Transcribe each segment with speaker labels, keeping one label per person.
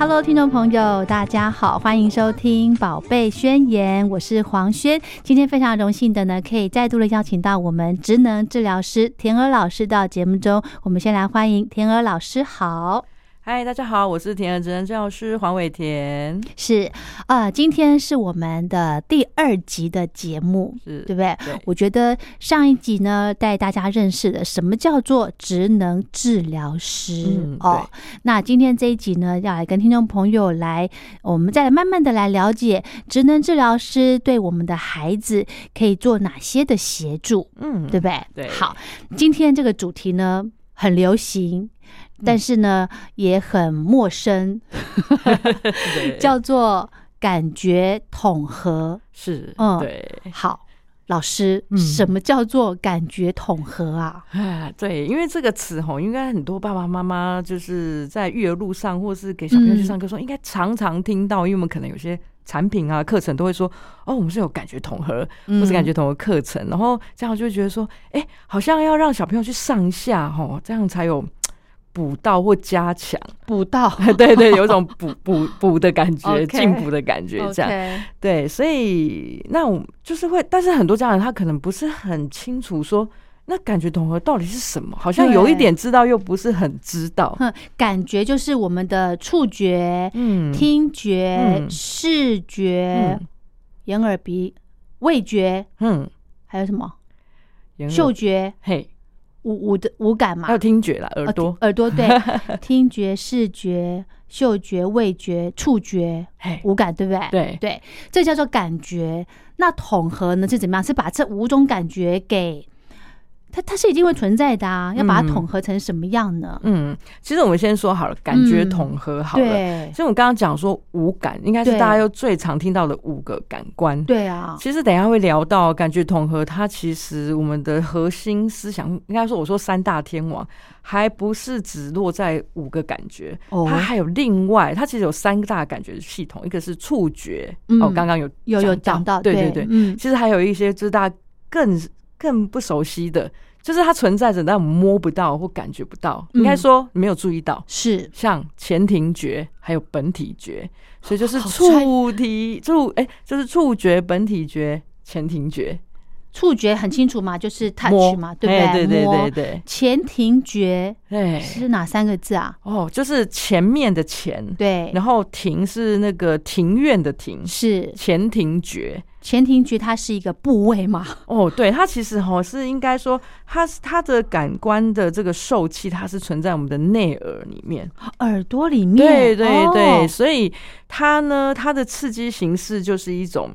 Speaker 1: Hello，听众朋友，大家好，欢迎收听《宝贝宣言》，我是黄轩。今天非常荣幸的呢，可以再度的邀请到我们职能治疗师田娥老师到节目中。我们先来欢迎田娥老师，好。
Speaker 2: 嗨，大家好，我是田儿职能教师黄伟田。
Speaker 1: 是啊、呃今天是我们的第二集的节目，
Speaker 2: 是
Speaker 1: 对不对？
Speaker 2: 对
Speaker 1: 我觉得上一集呢，带大家认识了什么叫做职能治疗师、
Speaker 2: 嗯
Speaker 1: 哦。那今天这一集呢，要来跟听众朋友来，我们再来慢慢的来了解职能治疗师对我们的孩子可以做哪些的协助，
Speaker 2: 嗯，
Speaker 1: 对不对？
Speaker 2: 对
Speaker 1: 好，今天这个主题呢很流行。
Speaker 2: 嗯
Speaker 1: 但是呢，也很陌生，
Speaker 2: 对，
Speaker 1: 叫做感觉统合。
Speaker 2: 是，
Speaker 1: 嗯
Speaker 2: 对，
Speaker 1: 好，老师，
Speaker 2: 嗯
Speaker 1: 什么叫做感觉统合啊？
Speaker 2: 啊，对，因为这个词吼，应该很多爸爸妈妈就是在育儿路上，或是给小朋友去
Speaker 1: 嗯
Speaker 2: 上课说，应该常常听到，因为我们可能有些产品啊、课程都会说，哦，我们是有感觉统合，
Speaker 1: 嗯
Speaker 2: 或是感觉统合课程，然后这样就会觉得说，哎，好像要让小朋友去上下吼，这样才有补到或加强，
Speaker 1: 补到
Speaker 2: 对对，有一种补补补的感 觉，
Speaker 1: OK
Speaker 2: 进补的感觉，这样。
Speaker 1: OK，
Speaker 2: 对，所以那我就是会，但是很多家长他可能不是很清楚说，那感觉统合到底是什么，好像有一
Speaker 1: 对
Speaker 2: 点知道，又不是很知道。
Speaker 1: 哼，感觉就是我们的触觉、
Speaker 2: 嗯，
Speaker 1: 听觉、
Speaker 2: 嗯
Speaker 1: 视觉、
Speaker 2: 嗯
Speaker 1: 眼耳鼻、味觉，
Speaker 2: 嗯，
Speaker 1: 还有什么
Speaker 2: 眼耳
Speaker 1: 嗅觉、
Speaker 2: 嘿，
Speaker 1: 五五的五感嘛
Speaker 2: 嗯还有？听觉啦，耳
Speaker 1: 哦
Speaker 2: 朵
Speaker 1: 听，耳朵 对，听觉、视觉、嗅觉、味觉、触觉，
Speaker 2: 嘿，
Speaker 1: 五感对不对？
Speaker 2: 对
Speaker 1: 对，这叫做感觉。那统合呢是怎么样？是把这五种感觉给它，它是一定会存在的啊，要把它
Speaker 2: 嗯
Speaker 1: 统合成什么样呢？
Speaker 2: 嗯，其实我们先说好了，感觉
Speaker 1: 嗯
Speaker 2: 统合好了。
Speaker 1: 对
Speaker 2: 其实我刚刚讲说五感，应该是
Speaker 1: 对
Speaker 2: 大家又最常听到的五个感官。
Speaker 1: 对啊，
Speaker 2: 其实等一下会聊到感觉统合，它其实我们的核心思想，应该说我说三大天王，还不是只落在五个感觉，
Speaker 1: 哦
Speaker 2: 它还有另外，它其实有三大感觉系统，一个是触觉，
Speaker 1: 嗯
Speaker 2: 哦，刚刚有
Speaker 1: 有有讲到，
Speaker 2: 对对对，
Speaker 1: 嗯，
Speaker 2: 其实还有一些就是大家更更不熟悉的，就是它存在着，但我们摸不到或感觉不到，
Speaker 1: 嗯
Speaker 2: 应该说没有注意到。
Speaker 1: 是
Speaker 2: 像前庭觉还有本体觉，所以就是
Speaker 1: 好专
Speaker 2: 触体触哎、就是触觉、本体觉、前庭觉，
Speaker 1: 触觉很清楚嘛，就是 touch
Speaker 2: 摸
Speaker 1: 嘛，
Speaker 2: 哎
Speaker 1: 对不对
Speaker 2: 对对
Speaker 1: 摸
Speaker 2: 对对
Speaker 1: 前庭觉
Speaker 2: 对，
Speaker 1: 是哪三个字啊？
Speaker 2: 哦，就是前面的前，
Speaker 1: 对，
Speaker 2: 然后庭是那个庭院的庭，
Speaker 1: 是
Speaker 2: 前庭觉。
Speaker 1: 前庭觉，它是一个部位嘛？
Speaker 2: 哦，对，它其实哈是应该说，它是它的感官的这个受气，它是存在我们的内耳里面。
Speaker 1: 耳朵里面，
Speaker 2: 对对对，
Speaker 1: 哦
Speaker 2: 所以它呢，它的刺激形式就是一种，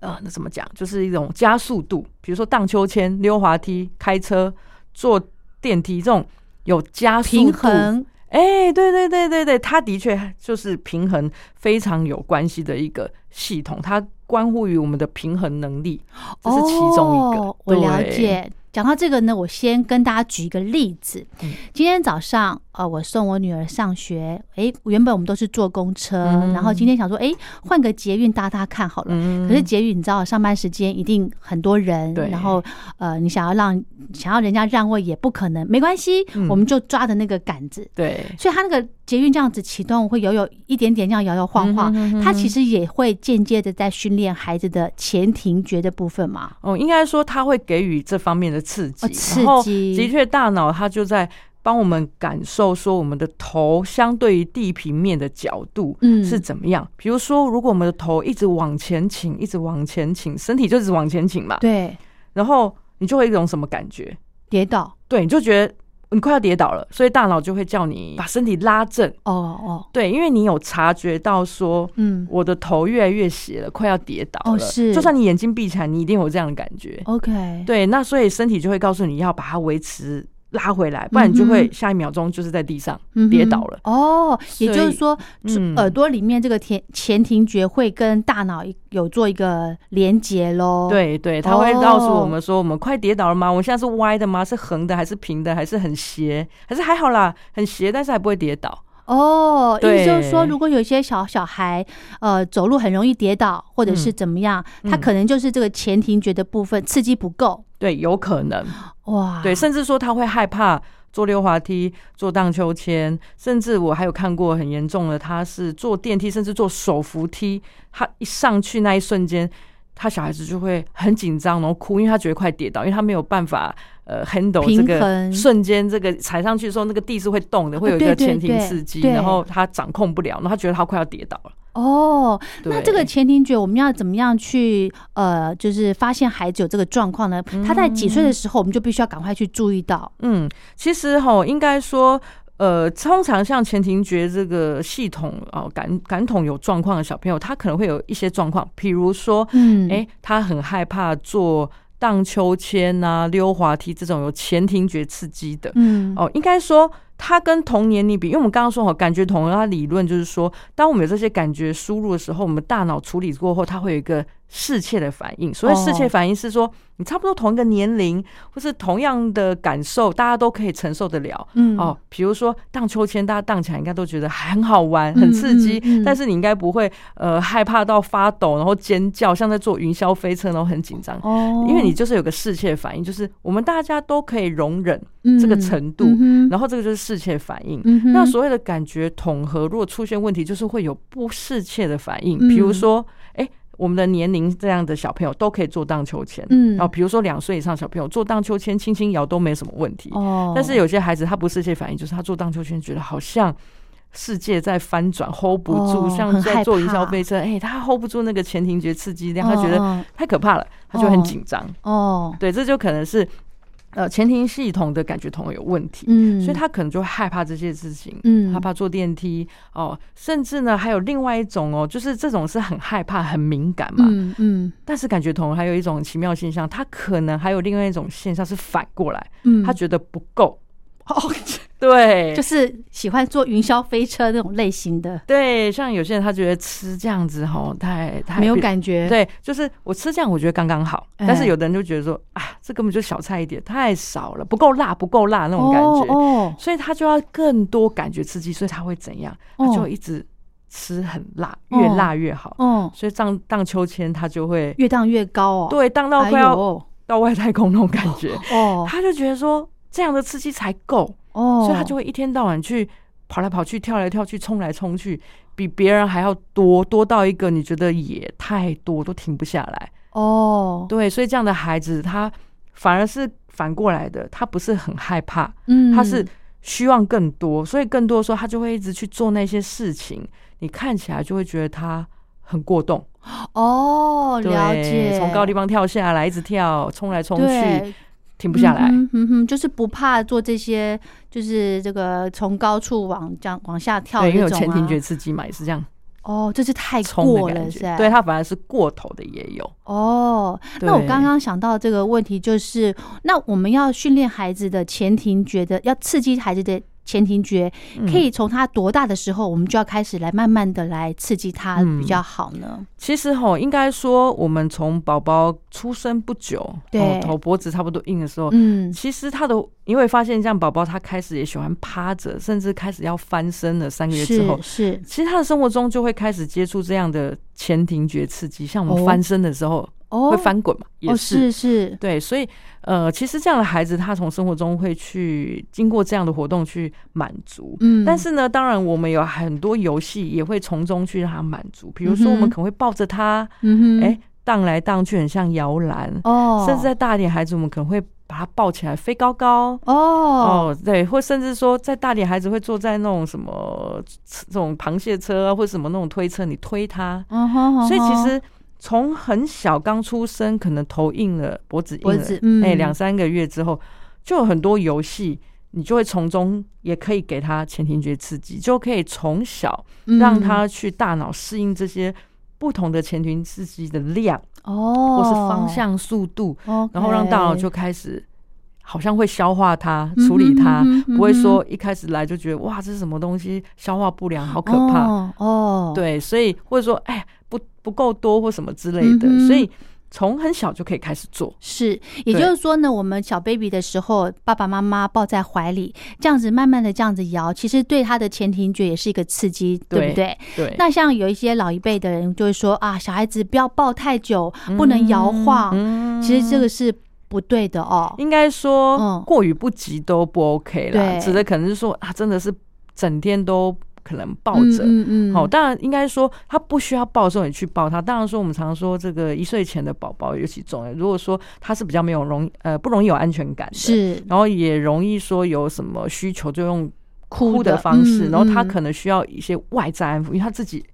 Speaker 2: 呃，那怎么讲？就是一种加速度，比如说荡秋千、溜滑梯、开车、坐电梯这种有加速度
Speaker 1: 平衡，
Speaker 2: 哎、对对对对对，它的确就是平衡非常有关系的一个系统，它关乎于我们的平衡能力，这是其中一个。
Speaker 1: 哦、我了
Speaker 2: 对，嗯
Speaker 1: 解。讲到这个呢，我先跟大家举一个例子。今天早上，呃，我送我女儿上学，诶，原本我们都是坐公车，
Speaker 2: 嗯
Speaker 1: 然后今天想说，诶，换个捷运搭搭看好了。
Speaker 2: 嗯
Speaker 1: 可是捷运你知道，上班时间一定很多人，
Speaker 2: 对
Speaker 1: 然后呃，你想要让想要人家让位也不可能，没关系，
Speaker 2: 嗯
Speaker 1: 我们就抓着那个杆子，
Speaker 2: 对，
Speaker 1: 所以它那个捷运这样子启动，会有有一点点这样摇摇晃
Speaker 2: 嗯
Speaker 1: 晃，它其实也会间接的在训练孩子的前庭觉的部分嘛。
Speaker 2: 哦，应该说它会给予这方面的刺激，
Speaker 1: 哦刺
Speaker 2: 然后
Speaker 1: 激
Speaker 2: 的确，大脑它就在帮我们感受说我们的头相对于地平面的角度，
Speaker 1: 嗯
Speaker 2: 是怎么样。比如说，如果我们的头一直往前倾，一直往前倾，身体就一直往前倾嘛，
Speaker 1: 对，
Speaker 2: 然后你就会有一种什么感觉？
Speaker 1: 跌倒，
Speaker 2: 对，你就觉得你快要跌倒了，所以大脑就会叫你把身体拉正。
Speaker 1: 哦哦，
Speaker 2: 对，因为你有察觉到说，
Speaker 1: 嗯
Speaker 2: 我的头越来越斜了，快要跌倒了。
Speaker 1: 哦是
Speaker 2: 就算你眼睛闭起来，你一定有这样的感觉。
Speaker 1: ，OK，
Speaker 2: 对，那所以身体就会告诉你要把它维持拉回来，不然你就
Speaker 1: 嗯
Speaker 2: 会
Speaker 1: 哼
Speaker 2: 下一秒钟就是在地上
Speaker 1: 嗯哼
Speaker 2: 跌倒了。
Speaker 1: 哦，也就是说，
Speaker 2: 所以嗯
Speaker 1: 耳朵里面这个前前庭觉会跟大脑有做一个连接喽。，
Speaker 2: 对对，它会告诉我
Speaker 1: 哦
Speaker 2: 们说，我们快跌倒了吗？我现在是歪的吗？是横的还是平的？还是很斜？还是还好啦，很斜，但是还不会跌倒。
Speaker 1: 哦，意思就是
Speaker 2: 对
Speaker 1: 说，如果有一些小小孩，呃，走路很容易跌倒，或者是
Speaker 2: 嗯
Speaker 1: 怎么样，他
Speaker 2: 嗯
Speaker 1: 可能就是这个前庭觉的部分刺激不够。
Speaker 2: 对，有可能。
Speaker 1: 哇，
Speaker 2: 对，甚至说他会害怕坐溜滑梯、坐荡秋千，甚至我还有看过很严重的，他是坐电梯，甚至坐手扶梯，他一上去那一瞬间。他小孩子就会很紧张，然后哭，因为他觉得快跌倒，因为他没有办法呃 handle
Speaker 1: 平
Speaker 2: 这
Speaker 1: 衡
Speaker 2: 个瞬间，这个踩上去的时候，那个地是会动的，会有一
Speaker 1: 对
Speaker 2: 个
Speaker 1: 对
Speaker 2: 前庭
Speaker 1: 对
Speaker 2: 刺激，
Speaker 1: 对
Speaker 2: 然后他掌控不了，然后他觉得他快要跌倒了。
Speaker 1: 哦，那
Speaker 2: 对
Speaker 1: 这个前庭觉我们要怎么样去呃，就是发现孩子有这个状况呢？他在几岁的时候，我们就必须要赶快去注意到。
Speaker 2: 嗯，其实哈，应该说，呃，通常像前庭觉这个系统哦，感感统有状况的小朋友，他可能会有一些状况，比如说，
Speaker 1: 嗯，
Speaker 2: 哎、他很害怕坐荡秋千啊、溜滑梯这种有前庭觉刺激的。
Speaker 1: 嗯，
Speaker 2: 哦，应该说它跟同年龄比，因为我们刚刚说好感觉统合，它理论就是说，当我们有这些感觉输入的时候，我们大脑处理过后，它会有一个适切的反应。所谓适切反应是说，你差不多同一个年龄或是同样的感受，大家都可以承受得了。
Speaker 1: 嗯
Speaker 2: 哦，比如说荡秋千，大家荡起来应该都觉得很好玩、很刺激，
Speaker 1: 嗯嗯嗯
Speaker 2: 但是你应该不会呃害怕到发抖，然后尖叫，像在坐云霄飞车然后很紧张。
Speaker 1: 哦
Speaker 2: 因为你就是有个适切反应，就是我们大家都可以容忍
Speaker 1: 嗯
Speaker 2: 这个程度，
Speaker 1: 嗯哼
Speaker 2: 然后这个就是适切反应。
Speaker 1: 嗯哼
Speaker 2: 那所谓的感觉统合，如果出现问题，就是会有不适切的反应，比
Speaker 1: 嗯
Speaker 2: 如说，哎、我们的年龄这样的小朋友都可以做荡秋千，
Speaker 1: 嗯
Speaker 2: 然后比如说两岁以上小朋友做荡秋千，轻轻摇都没什么问题。
Speaker 1: 哦，
Speaker 2: 但是有些孩子他不适切反应，就是他做荡秋千觉得好像。世界在翻转，hold 不住，
Speaker 1: 哦
Speaker 2: 像
Speaker 1: 很
Speaker 2: 在
Speaker 1: 害
Speaker 2: 坐云
Speaker 1: 怕
Speaker 2: 霄飞车，哎、他 hold 不住那个前庭觉刺激量，他
Speaker 1: 哦
Speaker 2: 觉
Speaker 1: 哦
Speaker 2: 得太可怕了，他就很
Speaker 1: 哦
Speaker 2: 紧张。
Speaker 1: 哦，
Speaker 2: 对，这就可能是呃前庭系统的感觉统合有问题，
Speaker 1: 嗯
Speaker 2: 所以他可能就会害怕这些事情，
Speaker 1: 嗯
Speaker 2: 害怕坐电梯哦，甚至呢还有另外一种哦，就是这种是很害怕、很敏感嘛，
Speaker 1: 嗯嗯
Speaker 2: 但是感觉统合还有一种很奇妙的现象，他可能还有另外一种现象是反过来，
Speaker 1: 嗯，
Speaker 2: 他觉得不 够，
Speaker 1: 哦，
Speaker 2: 对，
Speaker 1: 就是喜欢坐云霄飞车那种类型的，
Speaker 2: 对，像有些人他觉得吃这样子吼太太
Speaker 1: 没有
Speaker 2: 比
Speaker 1: 感觉，，
Speaker 2: 对，就是我吃这样，我觉得刚刚好。
Speaker 1: 哎
Speaker 2: 但是有的人就觉得说，啊，这根本就小菜一碟，太少了，不够辣，不够辣那种感
Speaker 1: 哦
Speaker 2: 觉。
Speaker 1: 哦，
Speaker 2: 所以他就要更多感觉刺激，所以他会怎样？他
Speaker 1: 哦
Speaker 2: 就一直吃很辣，
Speaker 1: 哦
Speaker 2: 越辣越好。
Speaker 1: 哦，
Speaker 2: 所以荡荡秋千，他就会
Speaker 1: 越荡越高哦，，
Speaker 2: 对荡到
Speaker 1: 哎
Speaker 2: 快要
Speaker 1: 呦，
Speaker 2: 到外太空那种感觉。
Speaker 1: 哦
Speaker 2: 他就觉得说，这样的刺激才够，
Speaker 1: 哦，
Speaker 2: 所以他就会一天到晚去跑来跑去、跳来跳去、冲来冲去，比别人还要多，多到一个你觉得也太多，都停不下来。
Speaker 1: 哦，
Speaker 2: 对，所以这样的孩子，他反而是反过来的，他不是很害怕，
Speaker 1: 嗯
Speaker 2: 他是希望更多，所以更多的时候，他就会一直去做那些事情，你看起来就会觉得他。很过动，
Speaker 1: 哦，
Speaker 2: 对
Speaker 1: 了解，
Speaker 2: 从高地方跳下来，一直跳，冲来冲去，
Speaker 1: 对。
Speaker 2: 停不下来。
Speaker 1: 嗯哼嗯哼，就是不怕做这些，就是这个从高处往这样往下跳
Speaker 2: 对，
Speaker 1: 的
Speaker 2: 因为有
Speaker 1: 这种
Speaker 2: 前庭觉
Speaker 1: 啊。
Speaker 2: 刺激嘛，也是这样
Speaker 1: 哦，这是太
Speaker 2: 冲
Speaker 1: 过
Speaker 2: 的
Speaker 1: 了，
Speaker 2: 感
Speaker 1: 是啊吧
Speaker 2: 觉。对，他反而是过头的也有。
Speaker 1: 哦，那我
Speaker 2: 对
Speaker 1: 刚刚想到这个问题，就是那我们要训练孩子的前庭觉得，要刺激孩子的前庭觉，
Speaker 2: 嗯
Speaker 1: 可以从他多大的时候，我们就要开始来慢慢的来刺激他
Speaker 2: 嗯
Speaker 1: 比较好呢？
Speaker 2: 其实哈，应该说我们从宝宝出生不久，
Speaker 1: 对
Speaker 2: 哦头脖子差不多硬的时候，
Speaker 1: 嗯，
Speaker 2: 其实他的你会发现，像宝宝他开始也喜欢趴着，甚至开始要翻身了。三个月之后
Speaker 1: 是，是
Speaker 2: 其实他的生活中就会开始接触这样的前庭觉刺激，像我
Speaker 1: 哦
Speaker 2: 们翻身的时候、
Speaker 1: 哦，
Speaker 2: 会翻滚嘛，也
Speaker 1: 哦
Speaker 2: 是。
Speaker 1: 是是
Speaker 2: 对，所以呃，其实这样的孩子，他从生活中会去经过这样的活动去满足，
Speaker 1: 嗯
Speaker 2: 但是呢，当然我们有很多游戏也会从中去让他满足，比如说我
Speaker 1: 嗯哼
Speaker 2: 们可能会抱着他，
Speaker 1: 嗯哼，
Speaker 2: 哎、荡来荡去，很像摇篮，
Speaker 1: 哦，
Speaker 2: 甚至再大一点孩子，我们可能会把他抱起来飞高高。
Speaker 1: 哦
Speaker 2: 哦，对，或甚至说，再大点孩子会坐在那种什么这种螃蟹车啊，或什么那种推车，你推他，
Speaker 1: 嗯哼，嗯哼
Speaker 2: 所以其实从很小刚出生，可能头硬了，脖子硬了，
Speaker 1: 脖子嗯
Speaker 2: 哎，两三个月之后，就有很多游戏，你就会从中也可以给他前庭觉刺激，就可以从小
Speaker 1: 嗯
Speaker 2: 让他去大脑适应这些不同的前庭刺激的量，
Speaker 1: 哦，
Speaker 2: 或是方向、速度，
Speaker 1: OK，
Speaker 2: 然后让大脑就开始。好像会消化它
Speaker 1: 嗯哼，
Speaker 2: 处理它，
Speaker 1: 嗯哼
Speaker 2: 不会
Speaker 1: 嗯哼
Speaker 2: 说一开始来就觉得哇，这是什么东西，消化不良，好可怕。
Speaker 1: 哦，哦，
Speaker 2: 对，所以或者说，哎，不不够多或什么之类的，
Speaker 1: 嗯哼
Speaker 2: 所以从很小就可以开始做。
Speaker 1: 是，也
Speaker 2: 对
Speaker 1: 就是说呢，我们小 baby 的时候，爸爸妈妈抱在怀里，这样子慢慢的这样子摇，其实对他的前庭觉也是一个刺激，对不
Speaker 2: 对
Speaker 1: 对？
Speaker 2: 对，
Speaker 1: 那像有一些老一辈的人就会说啊，小孩子不要抱太久，不能摇晃，
Speaker 2: 嗯
Speaker 1: 其实这个是不对的哦。
Speaker 2: 应该说
Speaker 1: 嗯
Speaker 2: 过于不及都不 OK 啦，
Speaker 1: 对
Speaker 2: 指的可能是说啊，真的是整天都可能抱着。
Speaker 1: 嗯嗯，
Speaker 2: 好、当然应该说他不需要抱的时候你去抱他。当然说我们常说这个一岁前的宝宝尤其重要。如果说他是比较没有容易呃不容易有安全感的，
Speaker 1: 是
Speaker 2: 然后也容易说有什么需求就用哭
Speaker 1: 的
Speaker 2: 的方式，
Speaker 1: 嗯
Speaker 2: 然后他
Speaker 1: 嗯
Speaker 2: 可能需要一些外在安抚，因为他自己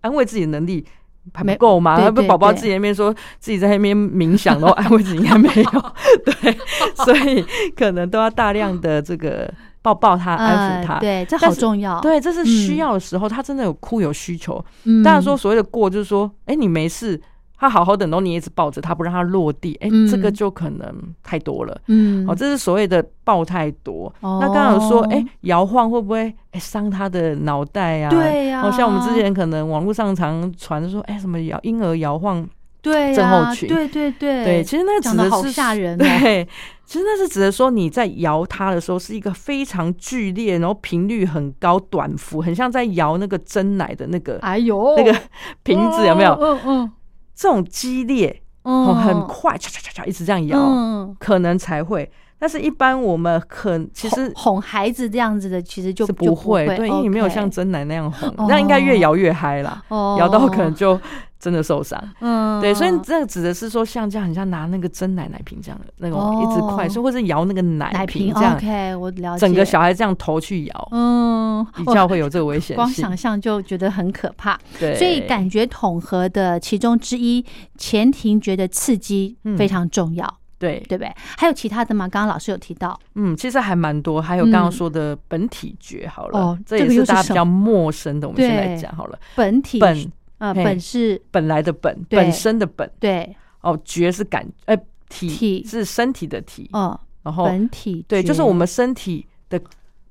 Speaker 2: 安慰自己的能力。还
Speaker 1: 没
Speaker 2: 不够吗？
Speaker 1: 对
Speaker 2: 还不
Speaker 1: 对
Speaker 2: 宝宝
Speaker 1: 对
Speaker 2: 自己在那边说 自己在那边冥想，然后安慰自己应该没有， 对，所以可能都要大量的这个抱抱他，安
Speaker 1: 呃
Speaker 2: 抚他，
Speaker 1: 对，这
Speaker 2: 但
Speaker 1: 好
Speaker 2: 是
Speaker 1: 重要。，
Speaker 2: 对，这是
Speaker 1: 嗯
Speaker 2: 需要的时候，他真的有哭有需求。
Speaker 1: 嗯
Speaker 2: 当然说所谓的过，就是说，哎，你没事，他好好的，然后你一直抱着他，不让他落地，哎，这个
Speaker 1: 嗯
Speaker 2: 就可能太多了。
Speaker 1: 嗯
Speaker 2: 哦，，这是所谓的抱太多。
Speaker 1: 哦
Speaker 2: 那刚刚有说，哎、摇晃会不会哎伤、他的脑袋啊？
Speaker 1: 对呀
Speaker 2: 哦，像我们之前可能网络上常传说，哎、什么摇婴儿摇晃，
Speaker 1: 对
Speaker 2: 症
Speaker 1: 呀
Speaker 2: 候群
Speaker 1: 对对对
Speaker 2: 对，其实那
Speaker 1: 讲
Speaker 2: 指
Speaker 1: 得
Speaker 2: 的是
Speaker 1: 好吓人哦
Speaker 2: 对，其实那是指的说你在摇它的时候是一个非常剧烈，然后频率很高、短幅，很像在摇那个蒸奶的那个
Speaker 1: 哎呦，
Speaker 2: 那个 瓶子，有没有？
Speaker 1: 嗯嗯
Speaker 2: 这种激烈，
Speaker 1: 嗯，
Speaker 2: 哦，很快，唰唰唰唰一直这样摇，
Speaker 1: 嗯，
Speaker 2: 可能才会。但是，一般我们很其实
Speaker 1: 哄哄孩子这样子的，其实就是不
Speaker 2: 不会，对，因为你没有
Speaker 1: OK
Speaker 2: 像真奶那样红
Speaker 1: 哦，
Speaker 2: 那应该越摇越嗨啦，
Speaker 1: 哦
Speaker 2: 摇到可能就真的受伤。
Speaker 1: 嗯，
Speaker 2: 对，所以这个指的是说，像这样，很像拿那个真奶奶瓶这样的那
Speaker 1: 哦
Speaker 2: 种一直快速，或是摇那个奶
Speaker 1: 奶瓶
Speaker 2: 瓶这样，
Speaker 1: OK，我了解
Speaker 2: 整个小孩这样头去摇，
Speaker 1: 嗯，
Speaker 2: 比
Speaker 1: 我
Speaker 2: 较会有这个危险
Speaker 1: 光
Speaker 2: 性
Speaker 1: 想。象就觉得很可怕，
Speaker 2: 对，
Speaker 1: 所以感觉统合的其中之一，前庭觉的刺激
Speaker 2: 嗯
Speaker 1: 非常重要，
Speaker 2: 对，
Speaker 1: 对不对？还有其他的吗？刚刚老师有提到
Speaker 2: 嗯，其实还蛮多，还有刚刚说的本体觉好了
Speaker 1: 哦，
Speaker 2: 这
Speaker 1: 这
Speaker 2: 也
Speaker 1: 个又
Speaker 2: 是
Speaker 1: 是
Speaker 2: 大家
Speaker 1: 什
Speaker 2: 比
Speaker 1: 么
Speaker 2: 较陌生的，我们先来
Speaker 1: 对
Speaker 2: 讲好了。
Speaker 1: 本体
Speaker 2: 本
Speaker 1: 呃
Speaker 2: 嘿
Speaker 1: 本是
Speaker 2: 本来的本，
Speaker 1: 对
Speaker 2: 本身的本，
Speaker 1: 对，
Speaker 2: 哦，觉是感，呃，体
Speaker 1: 体
Speaker 2: 是身体的体，
Speaker 1: 嗯，
Speaker 2: 然后
Speaker 1: 本体
Speaker 2: 哦对，
Speaker 1: 觉
Speaker 2: 就是我们身体的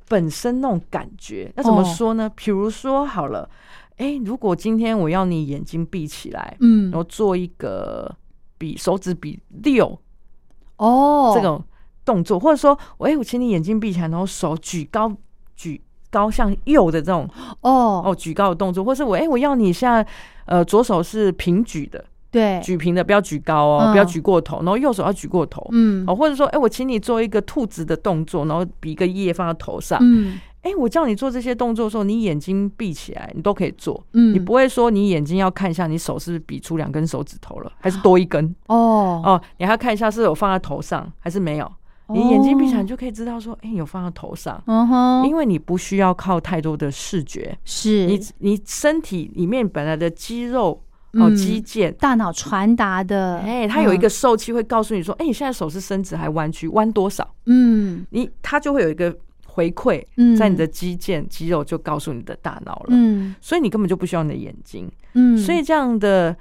Speaker 2: 本身那种感觉。那怎
Speaker 1: 哦
Speaker 2: 么说呢？比如说好了，哎、如果今天我要你眼睛闭起来，
Speaker 1: 嗯
Speaker 2: 然后做一个比手指比六
Speaker 1: 哦
Speaker 2: 这种动作，或者说，哎、我请你眼睛闭起来，然后手举高举。高向右的这种
Speaker 1: 哦
Speaker 2: 哦，举高的动作，或是我哎、我要你现在呃左手是平举的，
Speaker 1: 对
Speaker 2: 举平的，不要举高哦，
Speaker 1: 嗯
Speaker 2: 不要举过头，然后右手要举过头，
Speaker 1: 嗯
Speaker 2: 哦，或者说，哎、我请你做一个兔子的动作，然后比一个叶放在头上。
Speaker 1: 嗯
Speaker 2: 哎、我叫你做这些动作的时候，你眼睛闭起来，你都可以做。
Speaker 1: 嗯
Speaker 2: 你不会说你眼睛要看一下你手是不是比出两根手指头了，还是多一根？
Speaker 1: 哦
Speaker 2: 哦，你还要看一下是有放在头上还是没有。你眼睛闭起来，你就可以知道说，哎、有放在头上。
Speaker 1: 嗯哼，
Speaker 2: 因为你不需要靠太多的视觉，
Speaker 1: 是
Speaker 2: 你你身体里面本来的肌肉哦
Speaker 1: 嗯
Speaker 2: 肌腱
Speaker 1: 大脑传达的，
Speaker 2: 哎、它有一
Speaker 1: 嗯
Speaker 2: 个受气会告诉你说，哎、你现在手是伸直还弯曲，弯多少？
Speaker 1: 嗯
Speaker 2: 你它就会有一个回馈
Speaker 1: 嗯，
Speaker 2: 在你的肌腱、肌肉就告诉你的大脑了。
Speaker 1: 嗯
Speaker 2: 所以你根本就不需要你的眼睛。
Speaker 1: 嗯，
Speaker 2: 所以这样的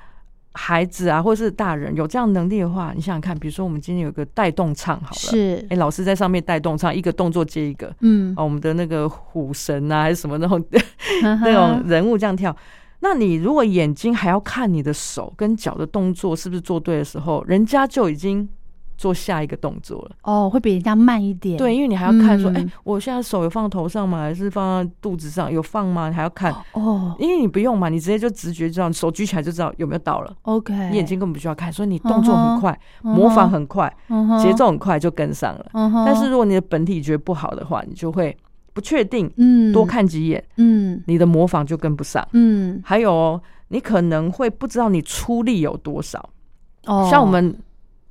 Speaker 2: 孩子啊，或者是大人有这样能力的话，你想想看，比如说我们今天有个带动唱好了，
Speaker 1: 是
Speaker 2: 哎、，老师在上面带动唱，一个动作接一个，
Speaker 1: 嗯，
Speaker 2: 哦，我们的那个虎神啊，还是什么那种
Speaker 1: 那
Speaker 2: 那种人物这样跳。那你如果眼睛还要看你的手跟脚的动作是不是做对的时候，人家就已经做下一个动作了。
Speaker 1: 哦，会比人家慢一点，
Speaker 2: 对，因为你还要看说，
Speaker 1: 嗯
Speaker 2: 哎、我现在手有放头上吗？还是放在肚子上？有放吗？你还要看，
Speaker 1: 哦
Speaker 2: 因为你不用嘛，你直接就直觉知道，你手举起来就知道有没有到了。
Speaker 1: ，OK，
Speaker 2: 你眼睛根本不需要看，所以你动作很快，
Speaker 1: 嗯哼
Speaker 2: 模仿很快，
Speaker 1: 嗯哼
Speaker 2: 节，奏很快就跟上了。
Speaker 1: 嗯哼
Speaker 2: 但是如果你的本体觉不好的话，你就会不确定，
Speaker 1: 嗯，
Speaker 2: 多，看几眼，
Speaker 1: 嗯
Speaker 2: 你的模仿就跟不上。
Speaker 1: 嗯，
Speaker 2: 还有哦，你可能会不知道你出力有多少，
Speaker 1: 哦，
Speaker 2: 像我，们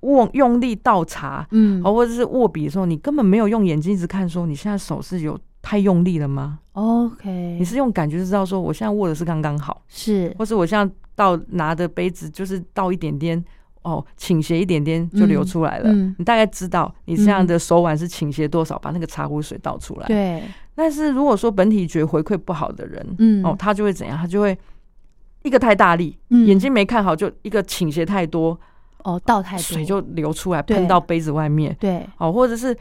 Speaker 2: 握用力倒茶，
Speaker 1: 嗯，
Speaker 2: 哦，或者是握笔的时候，你根本没有用眼睛一直看，说你现在手是有太用力了吗？
Speaker 1: ，OK，
Speaker 2: 你是用感觉就知道，说我现在握的是刚刚好，
Speaker 1: 是
Speaker 2: 或是我现在倒拿的杯子就是倒一点点。哦，倾斜一点点就流出来了。
Speaker 1: 嗯嗯嗯
Speaker 2: 你大概知道你这样的手腕是倾斜多少，把那个茶壶水倒出来。
Speaker 1: 对，
Speaker 2: 但是如果说本体觉回馈不好的人，
Speaker 1: 嗯
Speaker 2: 哦，他就会怎样？他就会一个太大力，
Speaker 1: 嗯
Speaker 2: 眼睛没看好，就一个倾斜太多，
Speaker 1: 哦，倒太多，
Speaker 2: 水就流出来，
Speaker 1: 对
Speaker 2: 喷到杯子外面，
Speaker 1: 对，
Speaker 2: 哦，或者是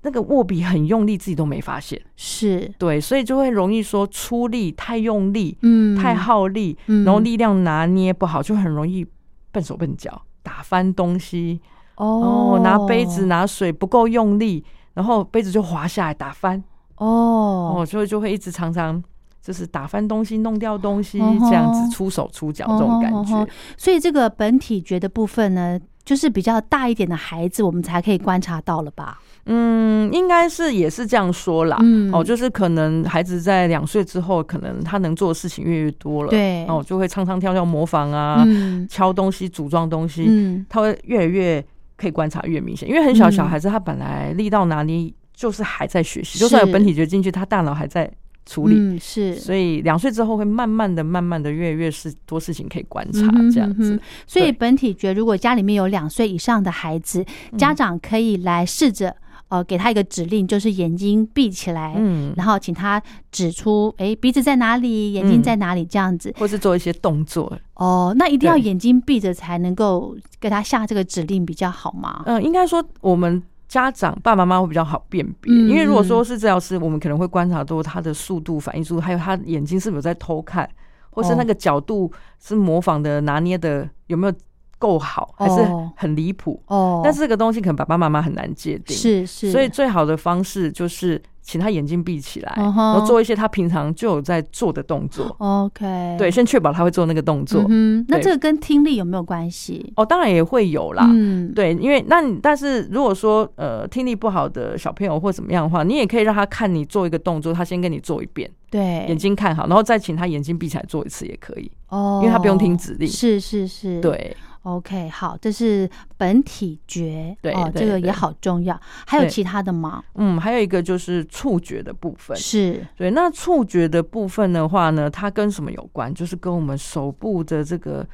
Speaker 2: 那个握笔很用力，自己都没发现，
Speaker 1: 是，
Speaker 2: 对，所以就会容易说出力太用力，
Speaker 1: 嗯，
Speaker 2: 太，耗力，
Speaker 1: 嗯
Speaker 2: 然后力量拿捏不好，就很容易笨手笨脚，打翻东西，
Speaker 1: 哦
Speaker 2: 哦，，拿杯子，拿水不够用力，然后杯子就滑下来打翻，
Speaker 1: 哦，
Speaker 2: 哦，所以就会一直常常就是打翻东西、弄掉东西
Speaker 1: 嗯哼
Speaker 2: 这样子，出手出脚这种感
Speaker 1: 哦
Speaker 2: 觉
Speaker 1: 哦哦。所以这个本体觉的部分呢，就是比较大一点的孩子，我们才可以观察到了吧？
Speaker 2: 嗯，应该是也是这样说啦。
Speaker 1: 嗯
Speaker 2: 哦，就是可能孩子在两岁之后，可能他能做的事情越来越多了，
Speaker 1: 对
Speaker 2: 哦，就会唱唱跳跳、模仿啊，
Speaker 1: 嗯
Speaker 2: 敲东西、组装东西，
Speaker 1: 嗯，
Speaker 2: 他会越来越可以观察越明显，因为很小
Speaker 1: 嗯
Speaker 2: 小孩子他本来力道拿捏就是还在学习，
Speaker 1: 是
Speaker 2: 就算有本体觉进去，他大脑还在处理。
Speaker 1: 嗯是。
Speaker 2: 所以两岁之后会慢慢的、慢慢的越来越是多事情可以观察
Speaker 1: 嗯哼
Speaker 2: 这样子。
Speaker 1: 嗯哼所以
Speaker 2: 对
Speaker 1: 本体觉，如果家里面有两岁以上的孩子，
Speaker 2: 嗯
Speaker 1: 家长可以来试着呃给他一个指令，就是眼睛闭起来，
Speaker 2: 嗯，
Speaker 1: 然后请他指出，诶鼻子在哪里，眼睛
Speaker 2: 嗯
Speaker 1: 在哪里，这样子。
Speaker 2: 或是做一些动作。
Speaker 1: 哦，那一定要
Speaker 2: 对
Speaker 1: 眼睛闭着才能够给他下这个指令比较好吗？
Speaker 2: 嗯、应该说我们家长爸爸妈妈会比较好辨别，
Speaker 1: 嗯
Speaker 2: 因为如果
Speaker 1: 嗯
Speaker 2: 说是治疗师，我们可能会观察到他的速度、反应速度，还有他眼睛是不是有在偷看，或是
Speaker 1: 哦
Speaker 2: 那个角度是模仿的、拿捏的有没有够好，还是
Speaker 1: 哦
Speaker 2: 很离谱。
Speaker 1: 哦，
Speaker 2: 呃但是这个东西可能爸爸妈妈很难界定。
Speaker 1: 是是，
Speaker 2: 所以最好的方式就是请他眼睛闭起来，
Speaker 1: 嗯
Speaker 2: 然
Speaker 1: 哼
Speaker 2: 后做一些他平常就有在做的动作。
Speaker 1: OK，
Speaker 2: 对，，先确保他会做那个动作。
Speaker 1: 嗯哼，那
Speaker 2: 对
Speaker 1: 这个跟听力有没有关系？
Speaker 2: 哦，当然也会有啦。
Speaker 1: 嗯，
Speaker 2: 对，因为那你但是如果说呃听力不好的小朋友或怎么样的话，你也可以让他看你做一个动作，他先跟你做一遍，
Speaker 1: 对，
Speaker 2: 眼睛看好，然后再请他眼睛闭起来做一次也可以。
Speaker 1: 哦，
Speaker 2: 因为他不用听指令
Speaker 1: 是是是，。
Speaker 2: 对，
Speaker 1: OK，好，这是本体觉，
Speaker 2: 对
Speaker 1: 哦，
Speaker 2: 对
Speaker 1: 这个也
Speaker 2: 对
Speaker 1: 好重要。还有
Speaker 2: 对
Speaker 1: 其他的吗？
Speaker 2: 嗯，还有一个就是触觉的部分。
Speaker 1: 是，
Speaker 2: 对，那触觉的部分的话呢，它跟什么有关？就是跟我们手部的这个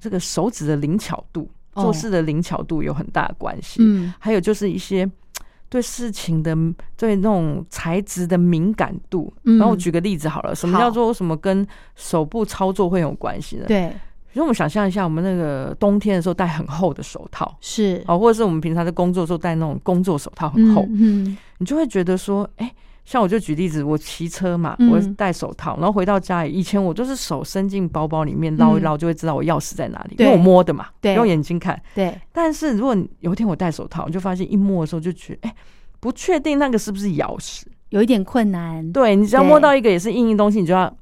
Speaker 2: 这个手指的灵巧度、
Speaker 1: 哦
Speaker 2: 做事的灵巧度有很大的关系。
Speaker 1: 嗯，
Speaker 2: 还有就是一些对事情的对那种材质的敏感度。
Speaker 1: 嗯
Speaker 2: 然后我举个例子好了，什么
Speaker 1: 好
Speaker 2: 叫做什么跟手部操作会有关系呢？，
Speaker 1: 对，
Speaker 2: 比如我们想象一下，我们那个冬天的时候戴很厚的手套，
Speaker 1: 是，
Speaker 2: 哦，或者是我们平常在工作的时候戴那种工作手套很厚，
Speaker 1: 嗯，嗯
Speaker 2: 你就会觉得说，哎、像我就举例子，我骑车嘛，
Speaker 1: 嗯
Speaker 2: 我戴手套，然后回到家里，以前我就是手伸进包包里面捞一捞，就会知道我钥匙在哪里，
Speaker 1: 嗯对
Speaker 2: 因为我摸的嘛，
Speaker 1: 对
Speaker 2: 用眼睛看。
Speaker 1: 对，
Speaker 2: 但是如果你有一天我戴手套，我就发现一摸的时候就觉得，哎、不确定那个是不是钥匙。
Speaker 1: 有一点困难，
Speaker 2: 对你只要
Speaker 1: 对
Speaker 2: 摸到一个也是硬硬东西，你就要